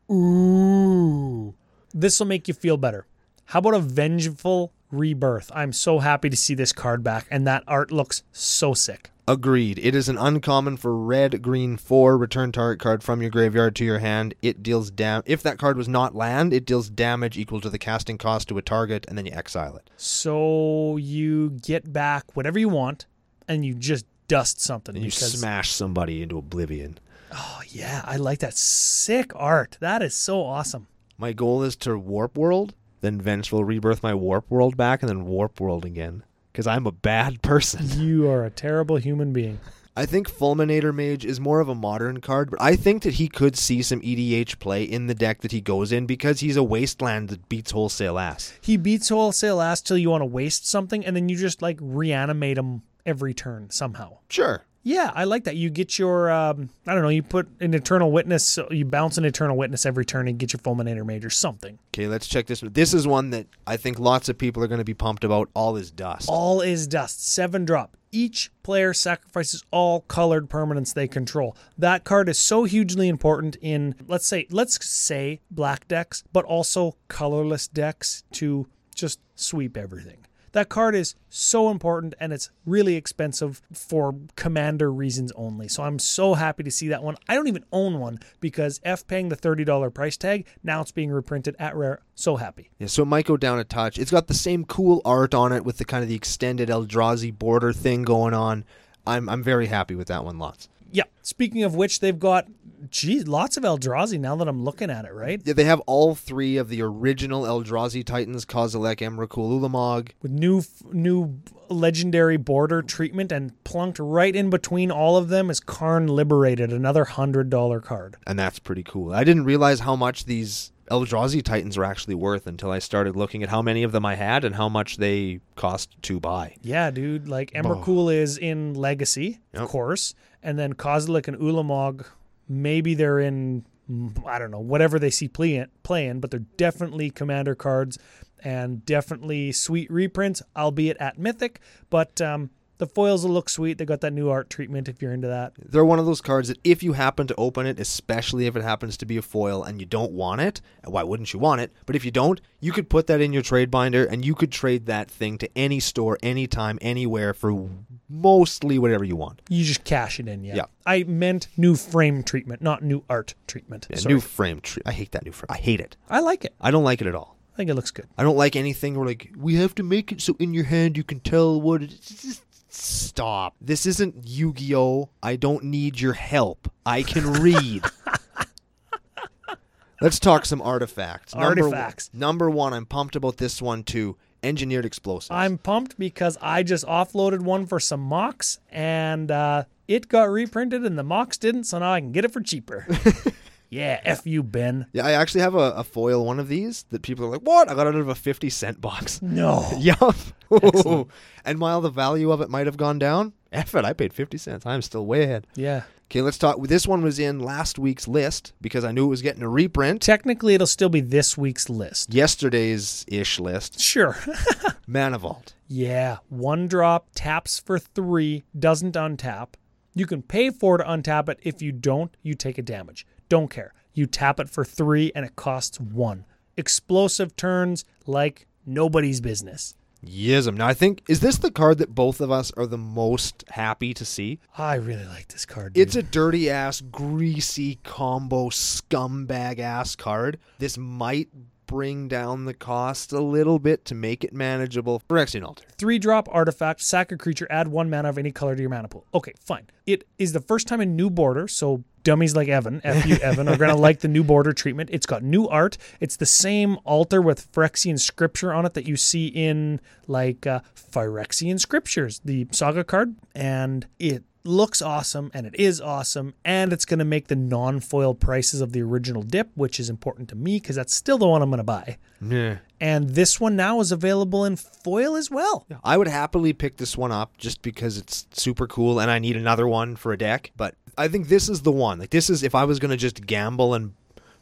Speaker 1: Ooh. This will make you feel better. How about a vengeful rebirth? I'm so happy to see this card back, and that art looks so sick.
Speaker 2: Agreed. It is an uncommon for red, green, four. Return target card from your graveyard to your hand. It deals dam. If that card was not land, it deals damage equal to the casting cost to a target, and then you exile it.
Speaker 1: So you get back whatever you want, and you just dust something.
Speaker 2: And you
Speaker 1: because-
Speaker 2: smash somebody into oblivion.
Speaker 1: Oh, yeah, I like that sick art. That is so awesome.
Speaker 2: My goal is to warp world, then vengeful rebirth my warp world back, and then warp world again. Because I'm a bad person.
Speaker 1: You are a terrible human being.
Speaker 2: I think Fulminator Mage is more of a modern card, but I think that he could see some EDH play in the deck that he goes in because he's a wasteland that beats wholesale ass.
Speaker 1: He beats wholesale ass till you want to waste something, and then you just like reanimate him every turn somehow.
Speaker 2: Sure.
Speaker 1: Yeah, I like that. You get your, um, I don't know, you put an Eternal Witness, so you bounce an Eternal Witness every turn and get your Fulminator Mage or something.
Speaker 2: Okay, let's check this one. This is one that I think lots of people are going to be pumped about. All is dust.
Speaker 1: All is dust, seven drop. Each player sacrifices all colored permanents they control. That card is so hugely important in let's say let's say black decks, but also colorless decks to just sweep everything. That card is so important and it's really expensive for commander reasons only. So I'm so happy to see that one. I don't even own one because F paying the $30 price tag, now it's being reprinted at rare. So happy.
Speaker 2: Yeah, so it might go down a touch. It's got the same cool art on it with the kind of the extended Eldrazi border thing going on. I'm I'm very happy with that one. Lots.
Speaker 1: Yeah. Speaking of which, they've got geez, lots of Eldrazi now that I'm looking at it, right?
Speaker 2: Yeah, they have all three of the original Eldrazi Titans: Kozilek, Emrakul, Ulamog.
Speaker 1: With new f- new legendary border treatment and plunked right in between all of them is Karn Liberated, another hundred dollar card.
Speaker 2: and that's pretty cool. I didn't realize how much these Eldrazi Titans were actually worth until I started looking at how many of them I had and how much they cost to buy.
Speaker 1: Yeah, dude. Like Emrakul is in Legacy,
Speaker 2: Yep.
Speaker 1: of course, and then Kozilek and Ulamog, maybe they're in mm, I don't know whatever they see play- playing, but they're definitely commander cards and definitely sweet reprints, albeit at Mythic. But um, the foils will look sweet. They got that new art treatment if you're into that.
Speaker 2: They're one of those cards that if you happen to open it, especially if it happens to be a foil and you don't want it, and why wouldn't you want it? But if you don't, you could put that in your trade binder and you could trade that thing to any store, anytime, anywhere for mostly whatever you want.
Speaker 1: You just cash it in, yeah.
Speaker 2: Yeah.
Speaker 1: I meant new frame treatment, not new art treatment.
Speaker 2: Yeah,
Speaker 1: Sorry.
Speaker 2: new frame. Tre- I hate that new frame. I hate it.
Speaker 1: I like it.
Speaker 2: I don't like it at all.
Speaker 1: I think it looks good.
Speaker 2: I don't like anything where like we have to make it so in your hand you can tell what it is. Stop. This isn't Yu-Gi-Oh. I don't need your help. I can read. Let's talk some artifacts. Number
Speaker 1: Artifacts.
Speaker 2: One, number one, I'm pumped about this one too. Engineered explosives.
Speaker 1: I'm pumped because I just offloaded one for some mocks and uh, it got reprinted and the mocks didn't, so now I can get it for cheaper. yeah, F you, Ben.
Speaker 2: yeah, I actually have a, a foil one of these that people are like, "What?" I got it out of a fifty cent box.
Speaker 1: No.
Speaker 2: Yup. and while the value of it might have gone down, F it. I paid fifty cents. I'm still way ahead.
Speaker 1: Yeah.
Speaker 2: Okay, let's talk. This one was in last week's list because I knew it was getting a reprint.
Speaker 1: Technically, it'll still be this week's list.
Speaker 2: Yesterday's ish list.
Speaker 1: Sure.
Speaker 2: Manivolt.
Speaker 1: Yeah, one drop, taps for three, doesn't untap. You can pay four to untap it. If you don't, you take a damage. Don't care. You tap it for three and it costs one. Explosive turns like nobody's business.
Speaker 2: Yism. Now, I think, is this the card that both of us are the most happy to see?
Speaker 1: I really like this card. Dude.
Speaker 2: It's a dirty ass, greasy combo, scumbag ass card. This might bring down the cost a little bit to make it manageable for Exion Altar.
Speaker 1: Three drop artifact, sack a creature, add one mana of any color to your mana pool. Okay, fine. It is the first time a new border, so dummies like Evan, F you Evan, are going to like the new border treatment. It's got new art. It's the same altar with Phyrexian scripture on it that you see in, like, uh, Phyrexian scriptures, the saga card. And it looks awesome and it is awesome and it's going to make the non-foil prices of the original dip which is important to me because that's still the one i'm going to buy
Speaker 2: Yeah.
Speaker 1: and this one now is available in foil as well
Speaker 2: I would happily pick this one up just because it's super cool and I need another one for a deck. But I think this is the one. Like this is if I was gonna just gamble and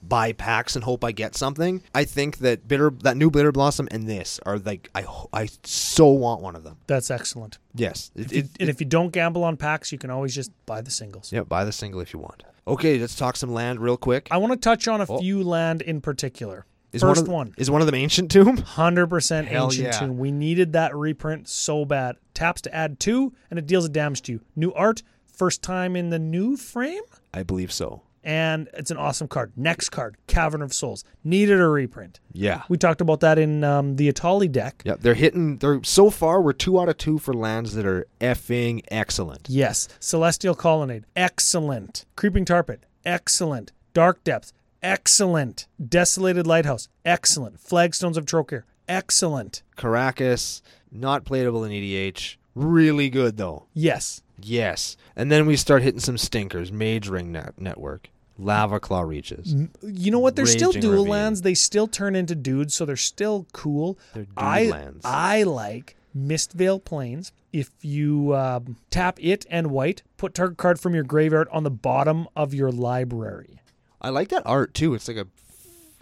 Speaker 2: buy packs and hope I get something. I think that bitter that new bitter blossom and this are like I ho- I so want one of them.
Speaker 1: that's excellent
Speaker 2: Yes. It, it,
Speaker 1: and if you don't gamble on packs you can always just buy the singles
Speaker 2: yeah. Buy the single if you want. Okay, let's talk some land real quick.
Speaker 1: i want to touch on a few land in particular
Speaker 2: one
Speaker 1: first
Speaker 2: of,
Speaker 1: one
Speaker 2: is one of them ancient tomb?
Speaker 1: 100%
Speaker 2: Hell
Speaker 1: ancient
Speaker 2: yeah.
Speaker 1: tomb we needed that reprint so bad taps to add two and it deals a damage to you new art first time in the new frame
Speaker 2: I believe so.
Speaker 1: and it's an awesome card. Next card, Cavern of Souls. Needed a reprint.
Speaker 2: Yeah.
Speaker 1: We talked about that in um, the Atali deck.
Speaker 2: Yeah, they're hitting. They're so far we're two out of two for lands that are effing excellent.
Speaker 1: Yes. Celestial Colonnade. Excellent. Creeping Tarpit. Excellent. Dark Depths. Excellent. Desolated Lighthouse. Excellent. Flagstones of Trokir. Excellent.
Speaker 2: Caracas, not playable in EDH. Really good though.
Speaker 1: Yes.
Speaker 2: Yes. And then we start hitting some stinkers. Mage Ring Net- Network, Lava Claw Reaches.
Speaker 1: You know what? They're still
Speaker 2: Raging
Speaker 1: dual
Speaker 2: Ravine.
Speaker 1: lands. They still turn into dudes, so they're still cool.
Speaker 2: They're dude
Speaker 1: I
Speaker 2: lands.
Speaker 1: I like Mistvale Plains. If you um, tap it and white, put target card from your graveyard on the bottom of your library.
Speaker 2: I like that art too. It's like a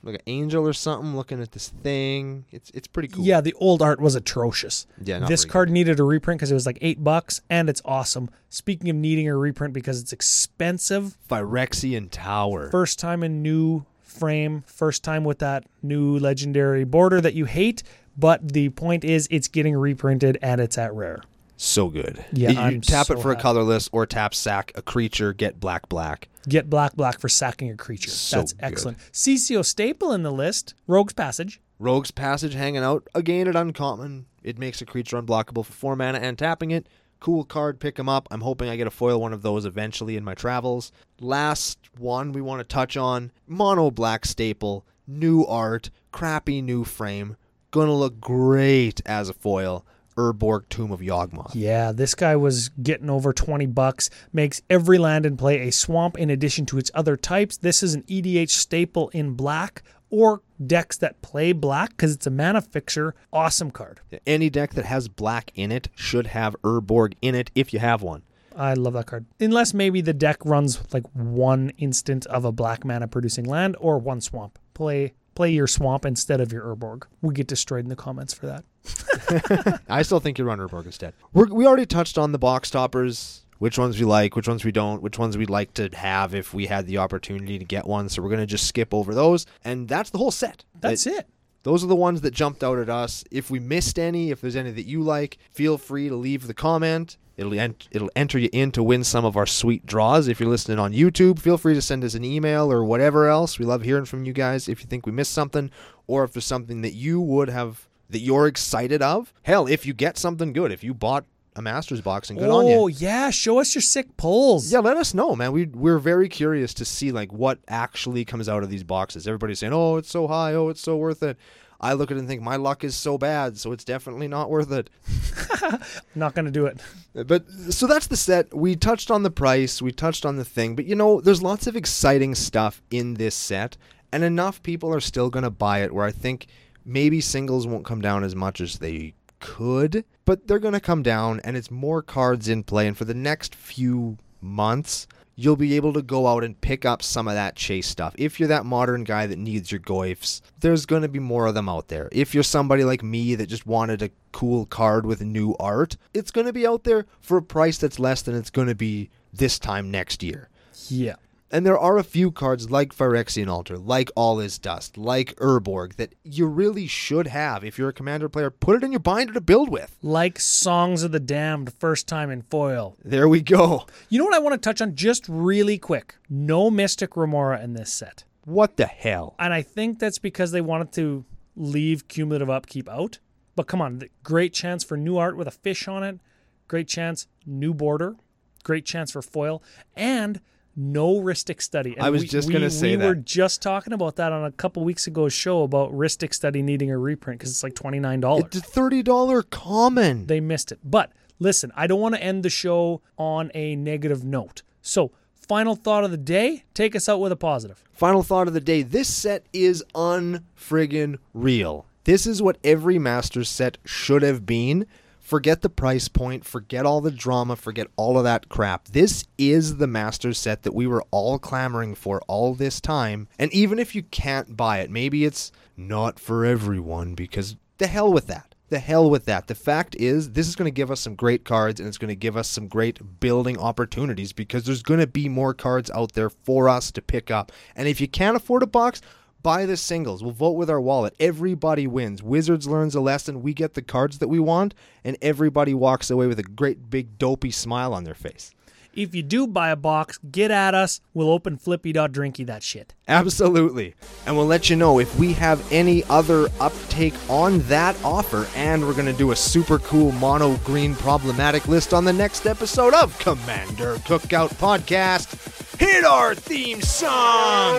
Speaker 2: like an angel or something looking at this thing. It's it's pretty cool.
Speaker 1: Yeah, the old art was atrocious.
Speaker 2: Yeah, not
Speaker 1: this
Speaker 2: very
Speaker 1: card needed a reprint because it was like eight bucks, and it's awesome. Speaking of needing a reprint because it's expensive,
Speaker 2: Phyrexian Tower.
Speaker 1: first time in new frame, first time with that new legendary border that you hate. But the point is, it's getting reprinted and it's at rare.
Speaker 2: so good.
Speaker 1: Yeah,
Speaker 2: You, you
Speaker 1: I'm
Speaker 2: tap
Speaker 1: so
Speaker 2: it for a
Speaker 1: happy.
Speaker 2: colorless or tap sack a creature, get black black.
Speaker 1: Get black black for sacking a creature.
Speaker 2: So
Speaker 1: That's
Speaker 2: good.
Speaker 1: excellent. CCO staple in the list. Rogue's Passage.
Speaker 2: Rogue's Passage hanging out. Again at uncommon. It makes a creature unblockable for four mana and tapping it. Cool card, pick 'em up. I'm hoping I get a foil one of those eventually in my travels. Last one we want to touch on mono black staple, new art, crappy new frame. Gonna look great as a foil. Urborg Tomb of Yawgmoth.
Speaker 1: Yeah, this guy was getting over 20 bucks. Makes every land in play a swamp in addition to its other types. This is an EDH staple in black or decks that play black because it's a mana fixer. Awesome card.
Speaker 2: Any deck that has black in it should have Urborg in it if you have one.
Speaker 1: I love that card. Unless maybe the deck runs like one instant of a black mana producing land or one swamp. Play play your swamp instead of your Urborg. We get destroyed in the comments for that.
Speaker 2: I still think you run Urborg instead. We're, we already touched on the box toppers, which ones we like, which ones we don't, which ones we'd like to have if we had the opportunity to get one. So we're going to just skip over those. And that's the whole set.
Speaker 1: That's it.
Speaker 2: Those are the ones that jumped out at us. If we missed any, if there's any that you like, feel free to leave the comment. It'll en- it'll enter you in to win some of our sweet draws. If you're listening on YouTube, feel free to send us an email or whatever else. We love hearing from you guys. If you think we missed something, or if there's something that you would have that you're excited of, hell, if you get something good, if you bought a Masters box and good on you,
Speaker 1: oh yeah, show us your sick pulls.
Speaker 2: yeah, let us know, man. We we're very curious to see like what actually comes out of these boxes. Everybody's saying, "Oh, it's so high. Oh, it's so worth it." I look at it and think my luck is so bad, so it's definitely not worth it.
Speaker 1: Not gonna do it.
Speaker 2: But so that's the set. We touched on the price, we touched on the thing, but you know, there's lots of exciting stuff in this set, and enough people are still going to buy it where I think maybe singles won't come down as much as they could, but they're going to come down, and it's more cards in play. And for the next few months, you'll be able to go out and pick up some of that chase stuff. If you're that modern guy that needs your goifs, there's going to be more of them out there. If you're somebody like me that just wanted a cool card with new art, it's going to be out there for a price that's less than it's going to be this time next year.
Speaker 1: Yeah.
Speaker 2: And there are a few cards like Phyrexian Altar, like All Is Dust, like Urborg that you really should have if you're a commander player. Put it in your binder to build with.
Speaker 1: Like Songs of the Damned, first time in foil.
Speaker 2: There we go.
Speaker 1: You know what I want to touch on just really quick? No Mystic Remora in this set.
Speaker 3: What the hell?
Speaker 1: And I think that's because they wanted to leave cumulative upkeep out. But come on, th- great chance for new art with a fish on it. Great chance, new border. Great chance for foil and no ristic study. And
Speaker 3: I was just gonna say
Speaker 1: we were
Speaker 3: that.
Speaker 1: just talking about that on a couple weeks ago show about ristic study needing a reprint because it's like twenty nine dollars
Speaker 2: It's a $30 common.
Speaker 1: they missed it. But listen, I don't want to end the show on a negative note. So, final thought of the day take us out with a positive.
Speaker 2: Final thought of the day. This set is unfriggin' real. This is what every Masters set should have been. Forget the price point, forget all the drama, forget all of that crap. This is the Masters set that we were all clamoring for all this time. And even if you can't buy it, maybe it's not for everyone because the hell with that. The hell with that. The fact is, this is going to give us some great cards and it's going to give us some great building opportunities because there's going to be more cards out there for us to pick up. And if you can't afford a box, buy the singles. We'll vote with our wallet. Everybody wins. Wizards learns a lesson. We get the cards that we want, and everybody walks away with a great big dopey smile on their face.
Speaker 1: If you do buy a box, get at us. We'll open Flippy Dot Drinky that shit.
Speaker 2: Absolutely. And we'll let you know if we have any other uptake on that offer. And we're going to do a super cool mono green problematic list on the next episode of Commander Cookout Podcast. Hit our theme song!